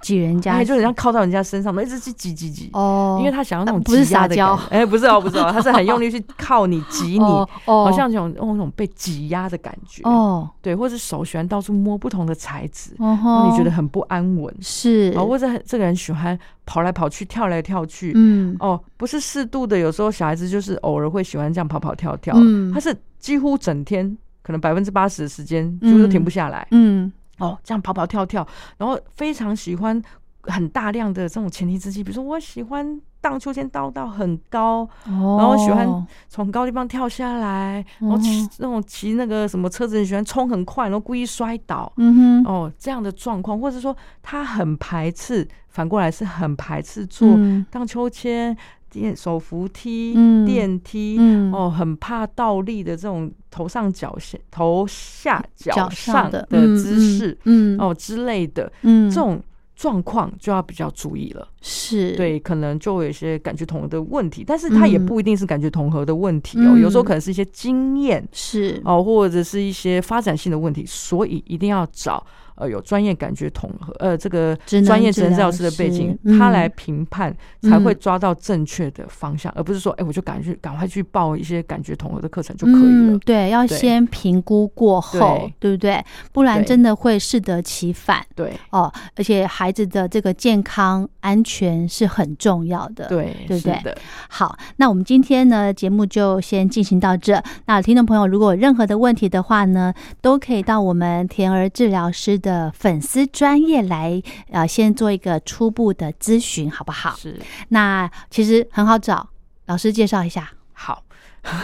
Speaker 1: 挤人家
Speaker 2: 哎，就人家靠到人家身上，一直去挤挤挤。
Speaker 1: 哦，
Speaker 2: 因为他想要那种
Speaker 1: 啊不是
Speaker 2: 挤压的
Speaker 1: 撒娇
Speaker 2: 感觉哎，不是哦，不是哦，他是很用力去靠你、挤 你，
Speaker 1: 哦哦
Speaker 2: 好像那种哦那种被挤压的感觉，
Speaker 1: 哦，
Speaker 2: 对，或者手喜欢到处摸不同的材质，
Speaker 1: 哦
Speaker 2: 让
Speaker 1: 吼，
Speaker 2: 你觉得很不安稳，
Speaker 1: 是
Speaker 2: 哦，或者很这个人喜欢跑来跑去、跳来跳去，
Speaker 1: 嗯
Speaker 2: 哦，不是适度的，有时候小孩子就是偶尔会喜欢这样跑跑跳跳，
Speaker 1: 嗯
Speaker 2: 他是几乎整天，可能百分之八十的时间就是
Speaker 1: 嗯
Speaker 2: 停不下来，
Speaker 1: 嗯
Speaker 2: 哦，这样跑跑跳跳，然后非常喜欢很大量的这种前提之气，比如说我喜欢荡秋千荡到很高，
Speaker 1: 哦，
Speaker 2: 然后喜欢从高地方跳下来，然后骑
Speaker 1: 嗯
Speaker 2: 那种骑那个什么车子，喜欢冲很快，然后故意摔倒。
Speaker 1: 嗯哼
Speaker 2: 哦，这样的状况，或者说他很排斥，反过来是很排斥坐
Speaker 1: 嗯
Speaker 2: 荡秋千、电手扶梯、
Speaker 1: 嗯
Speaker 2: 电梯，
Speaker 1: 嗯
Speaker 2: 哦，很怕倒立的这种头上脚下、头下脚
Speaker 1: 脚
Speaker 2: 上
Speaker 1: 的
Speaker 2: 的
Speaker 1: 嗯
Speaker 2: 姿势，
Speaker 1: 嗯嗯
Speaker 2: 哦之类的，
Speaker 1: 嗯，
Speaker 2: 这种状况就要比较注意了。
Speaker 1: 是
Speaker 2: 对，可能就有一些感觉统合的问题，但是它也不一定是感觉统合的问题哦，
Speaker 1: 嗯
Speaker 2: 有时候可能是一些经验
Speaker 1: 是
Speaker 2: 哦，或者是一些发展性的问题，所以一定要找呃有专业感觉统合呃这个
Speaker 1: 职能
Speaker 2: 专业
Speaker 1: 治
Speaker 2: 职能治
Speaker 1: 疗
Speaker 2: 疗师的背景
Speaker 1: 师，嗯
Speaker 2: 他来评判才
Speaker 1: 嗯
Speaker 2: 会抓到正确的方向，而不是说哎我就赶去赶快去报一些感觉统合的课程就可以
Speaker 1: 嗯
Speaker 2: 了，。
Speaker 1: 对，要
Speaker 2: 对
Speaker 1: 先评估过后，对不对？不然
Speaker 2: 对
Speaker 1: 真的会适得其反
Speaker 2: 对
Speaker 1: 哦。而且孩子的这个健康安全是很重要的。，
Speaker 2: 对
Speaker 1: 对不对
Speaker 2: 是的，
Speaker 1: 好，那我们今天呢节目就先进行到这。那听众朋友如果有任何的问题的话呢，都可以到我们甜儿治疗师的粉丝专业来，呃，先做一个初步的咨询，好不好？
Speaker 2: 是。
Speaker 1: 那其实很好找，老师介绍一下。
Speaker 2: 好，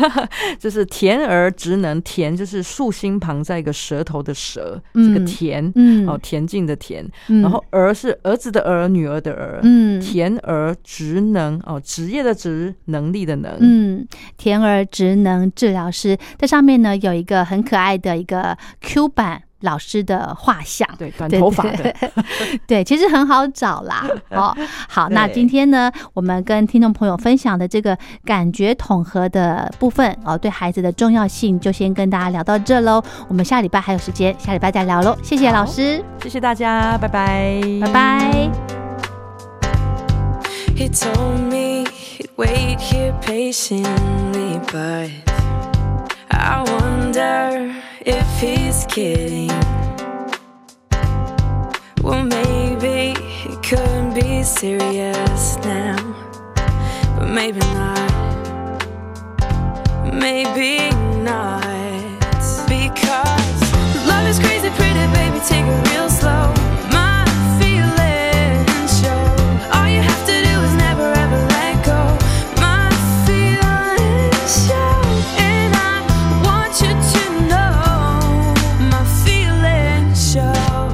Speaker 2: 就是甜而职能甜，就是竖心旁在一个舌头的舌，这
Speaker 1: 嗯
Speaker 2: 个甜，
Speaker 1: 嗯
Speaker 2: 哦，田径的田，
Speaker 1: 嗯
Speaker 2: 然后儿是儿子的儿，女儿的儿，
Speaker 1: 嗯
Speaker 2: 甜而职能哦，职业的职，能力的能，
Speaker 1: 嗯，甜儿职能治疗师，在上面呢有一个很可爱的一个 Q 版老师的画像。
Speaker 2: 对，短头发的，
Speaker 1: 对， 对，其实很好找 啦。哦，好，那
Speaker 2: 对
Speaker 1: 今天呢，我们跟听众朋友分享的这个感觉统合的部分哦，对孩子的重要性，就先跟大家聊到这喽。我们下礼拜还有时间，下礼拜再聊喽。谢谢老
Speaker 2: 好
Speaker 1: 师，
Speaker 2: 谢谢大家，拜拜，
Speaker 1: 拜拜。
Speaker 4: He told me he'd wait here patiently, but I wonder if he's kidding. Well, maybe he could be serious now, but maybe not. Maybe not. Because love is crazy, pretty baby, take it real slow. My feelings show. All you have to do is never ever let go. My feelings show, and I want you to know. My feelings show.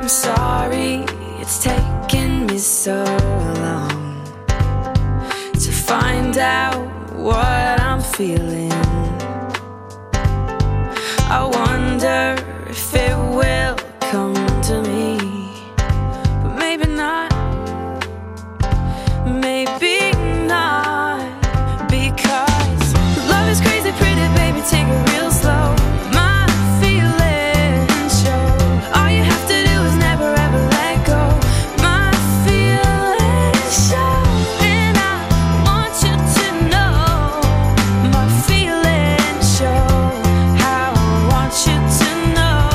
Speaker 4: I'm sorry it's taken me so long to find out what I'm feeling. I wonder if it will come to me, but maybe not. Maybe not because love is crazy, pretty baby. Take it real slow. My feelings show. All you have to do is never ever let go. My feelings show, and I want you to know. My feelings show how I want you to know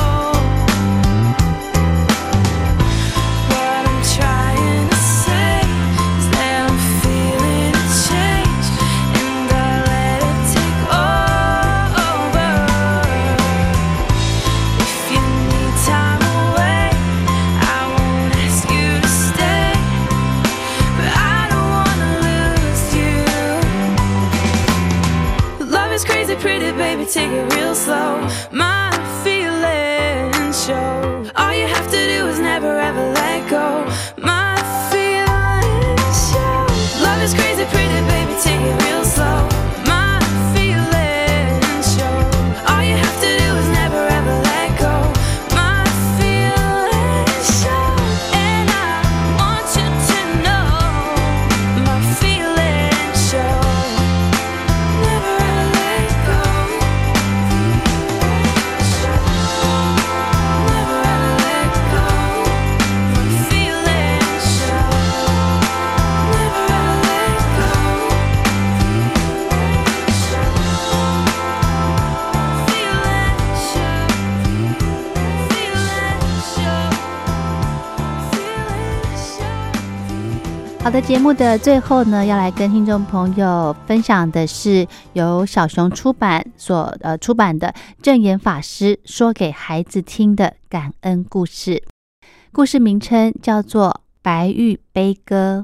Speaker 4: what I'm trying to say is that I'm feeling a change, and I let it take over. If you need time away, I won't ask you to stay, but I don't wanna lose you. Love is crazy, pretty baby, take it real slow. My feelings show. All you have to do is never ever let go. My feelings show. Love is crazy, pretty baby, take it real slow. My feelings show. All you have to do is never ever let go. My feelings show, and I want you to know. My feelings show. Never let go.
Speaker 1: 好的，节目的最后呢，要来跟听众朋友分享的是由小熊出版所呃出版的《正言法师说给孩子听的感恩故事》，故事名称叫做《白玉悲歌》。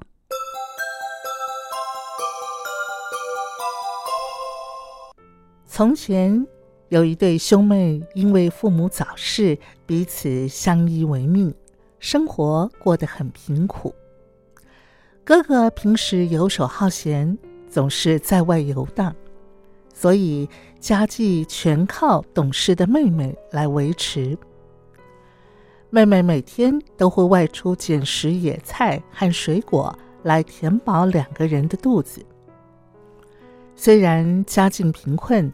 Speaker 4: 从前有一对兄妹，因为父母早逝，彼此相依为命，生活过得很贫苦。哥哥平时游手好闲，总是在外游荡，所以家计全靠懂事的妹妹来维持。妹妹每天都会外出捡拾野菜和水果来填饱两个人的肚子。虽然家境贫困，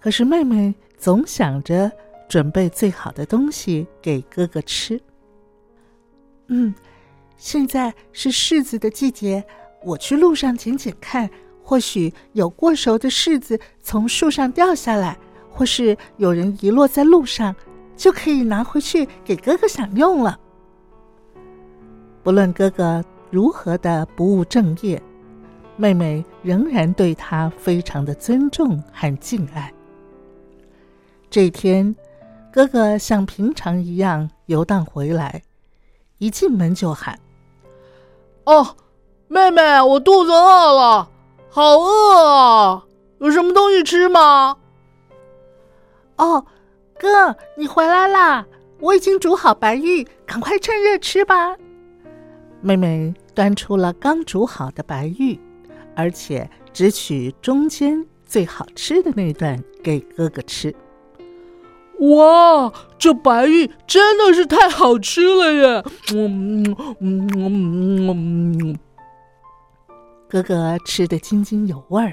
Speaker 4: 可是妹妹总想着准备最好的东西给哥哥吃。嗯，现在是柿子的季节，我去路上捡捡看，或许有过熟的柿子从树上掉下来，或是有人遗落在路上，就可以拿回去给哥哥享用了。不论哥哥如何的不务正业，妹妹仍然对他非常的尊重和敬爱。这一天，哥哥像平常一样游荡回来，一进门就喊
Speaker 5: 哦，妹妹，我肚子饿了，好饿啊！有什么东西吃吗？：“
Speaker 4: 哦，哥，你回来啦！我已经煮好白玉，赶快趁热吃吧。”妹妹端出了刚煮好的白玉，而且只取中间最好吃的那段给哥哥吃。
Speaker 5: 哇，这白玉真的是太好吃了耶！嗯嗯嗯嗯嗯嗯，
Speaker 4: 哥哥吃得津津有味儿。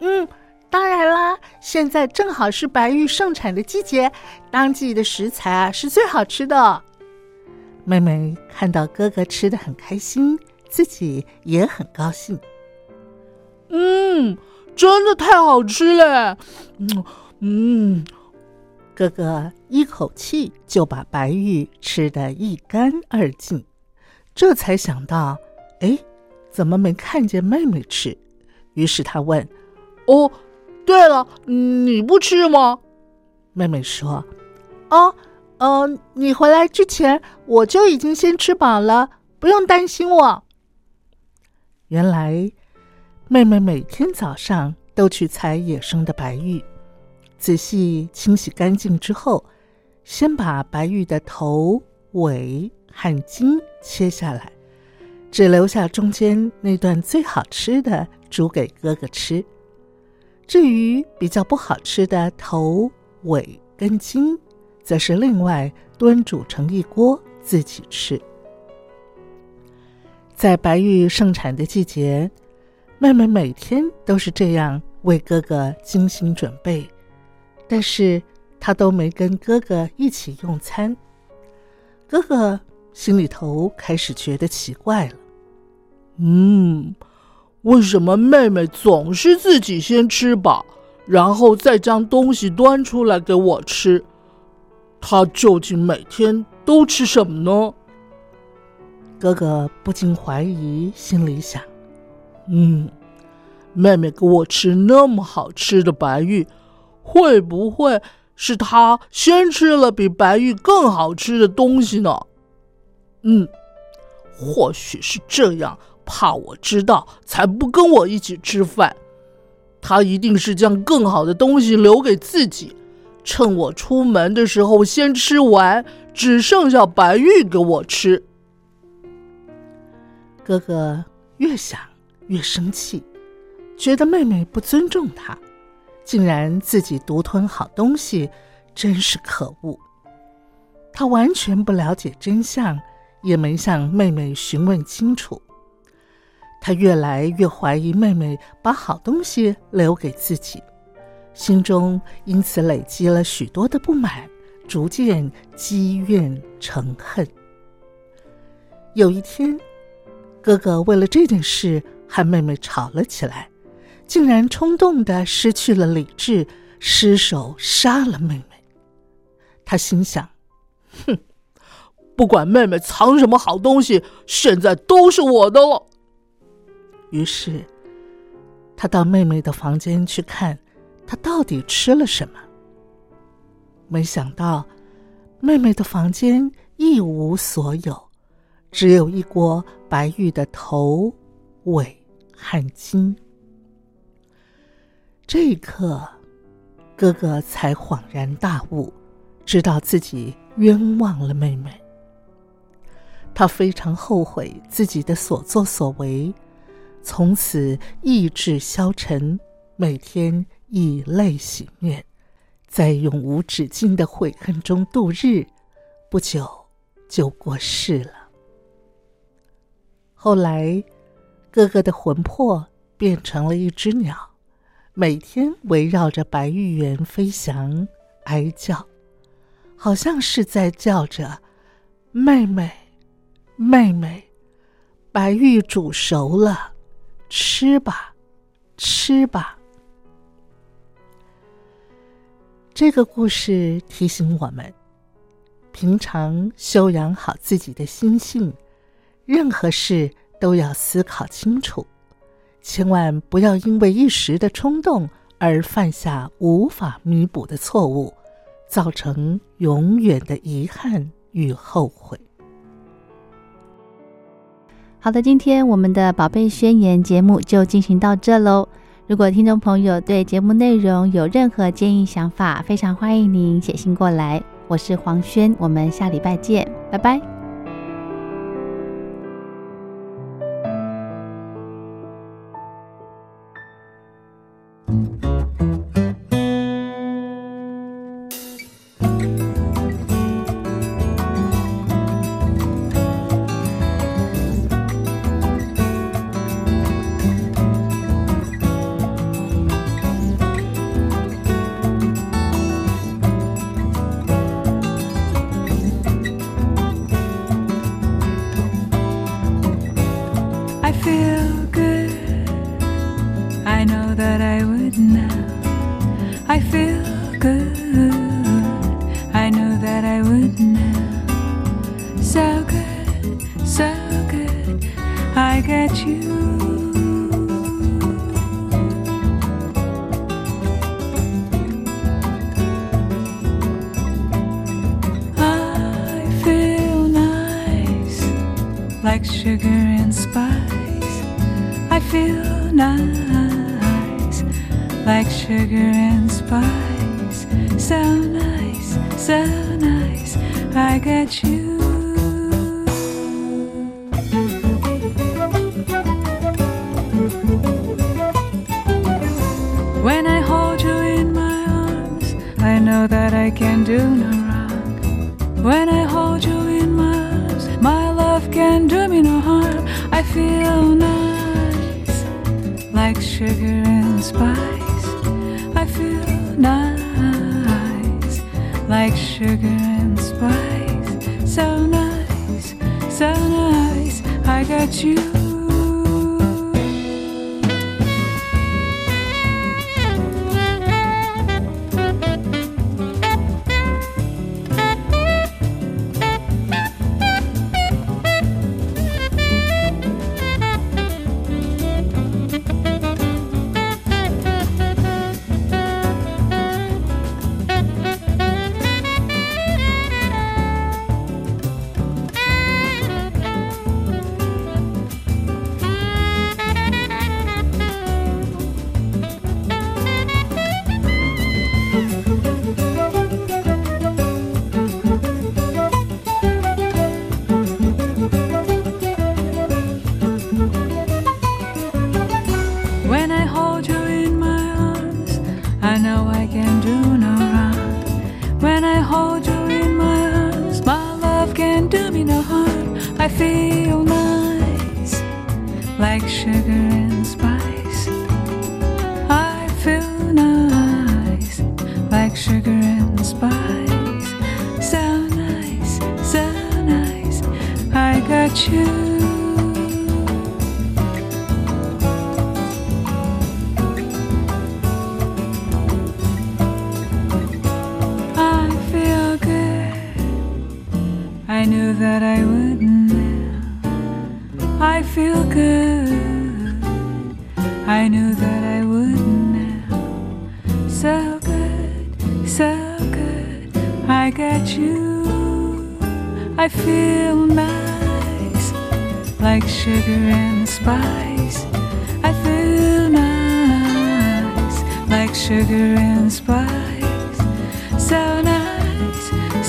Speaker 4: 嗯，当然啦，现在正好是白玉盛产的季节，当季的食材啊是最好吃的。妹妹看到哥哥吃得很开心，自己也很高兴。
Speaker 5: 嗯，真的太好吃了耶！嗯
Speaker 4: 哥哥一口气就把白玉吃得一干二净，这才想到，哎，怎么没看见妹妹吃？于是他问：“
Speaker 5: 嗯，哦，对了，你不吃吗？
Speaker 4: 妹妹说：“哦，呃，你回来之前我就已经先吃饱了，不用担心我。”原来，妹妹每天早上都去采野生的白玉，仔细清洗干净之后，先把白玉的头、尾和茎切下来，只留下中间那段最好吃的煮给哥哥吃。至于比较不好吃的头、尾跟筋，则是另外炖煮成一锅自己吃。在白玉盛产的季节，妹妹每天都是这样为哥哥精心准备，但是她都没跟哥哥一起用餐。哥哥心里头开始觉得奇怪了。
Speaker 5: 嗯，为什么妹妹总是自己先吃饱，然后再将东西端出来给我吃？她究竟每天都吃什么呢？
Speaker 4: 哥哥不禁怀疑，心里想：
Speaker 5: 嗯，妹妹给我吃那么好吃的白玉，会不会是她先吃了比白玉更好吃的东西呢？嗯，或许是这样，怕我知道才不跟我一起吃饭。她一定是将更好的东西留给自己，趁我出门的时候先吃完，只剩下白玉给我吃。
Speaker 4: 哥哥越想越生气，觉得妹妹不尊重他，竟然自己独吞好东西，真是可恶。他完全不了解真相，也没向妹妹询问清楚。他越来越怀疑妹妹把好东西留给自己，心中因此累积了许多的不满，逐渐积怨成恨。有一天，哥哥为了这件事和妹妹吵了起来，竟然冲动的失去了理智，失手杀了妹妹。他心想：
Speaker 5: 不管妹妹藏什么好东西，现在都是我的了。
Speaker 4: 于是，他到妹妹的房间去看，她到底吃了什么。没想到，妹妹的房间一无所有，只有一锅白玉的头、尾和筋。这一刻，哥哥才恍然大悟，知道自己冤枉了妹妹。他非常后悔自己的所作所为，从此意志消沉，每天以泪洗面，在永无止境的悔恨中度日。不久就过世了。后来，哥哥的魂魄变成了一只鸟，每天围绕着白玉园飞翔，哀叫，好像是在叫着“妹妹，妹妹，白玉煮熟了，吃吧，吃吧。”这个故事提醒我们，平常修养好自己的心性，任何事都要思考清楚，千万不要因为一时的冲动而犯下无法弥补的错误，造成永远的遗憾与后悔。
Speaker 1: 好的，今天我们的宝贝宣言节目就进行到这喽。如果听众朋友对节目内容有任何建议想法，非常欢迎您写信过来。我是黄轩，我们下礼拜见，拜拜。
Speaker 6: I feel good. I know that I would now. I feel good. I know that I would now. So good, so good. I get you. I feel nice like sugar and spice. I feel nice, like sugar and spice. So nice, so nice, I get you. When I hold you in my arms, I know that I can do no wrong. When I hold you in my arms, my love can do me no harm. I feel nice, like sugar and spice. I feel nice, like sugar and spice. So nice, so nice, I got you. When I hold you in my arms, I know I can do no wrong. When I hold you in my arms, my love can do me no harm. I feel nice, like sugar and spice. I feel nice, like sugar and spice. So nice, so nice, I got you. I feel good. I
Speaker 4: I knew that I wouldn't now. I feel good. I knew that I wouldn't now. So good, so good. I got you. I feel nice, like sugar and spice. I feel nice, like sugar and spice. So nice,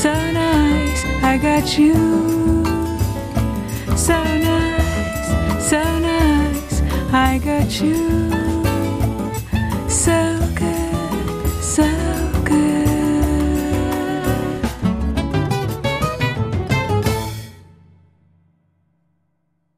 Speaker 4: so nice. I got you. So nice, so nice. I got you.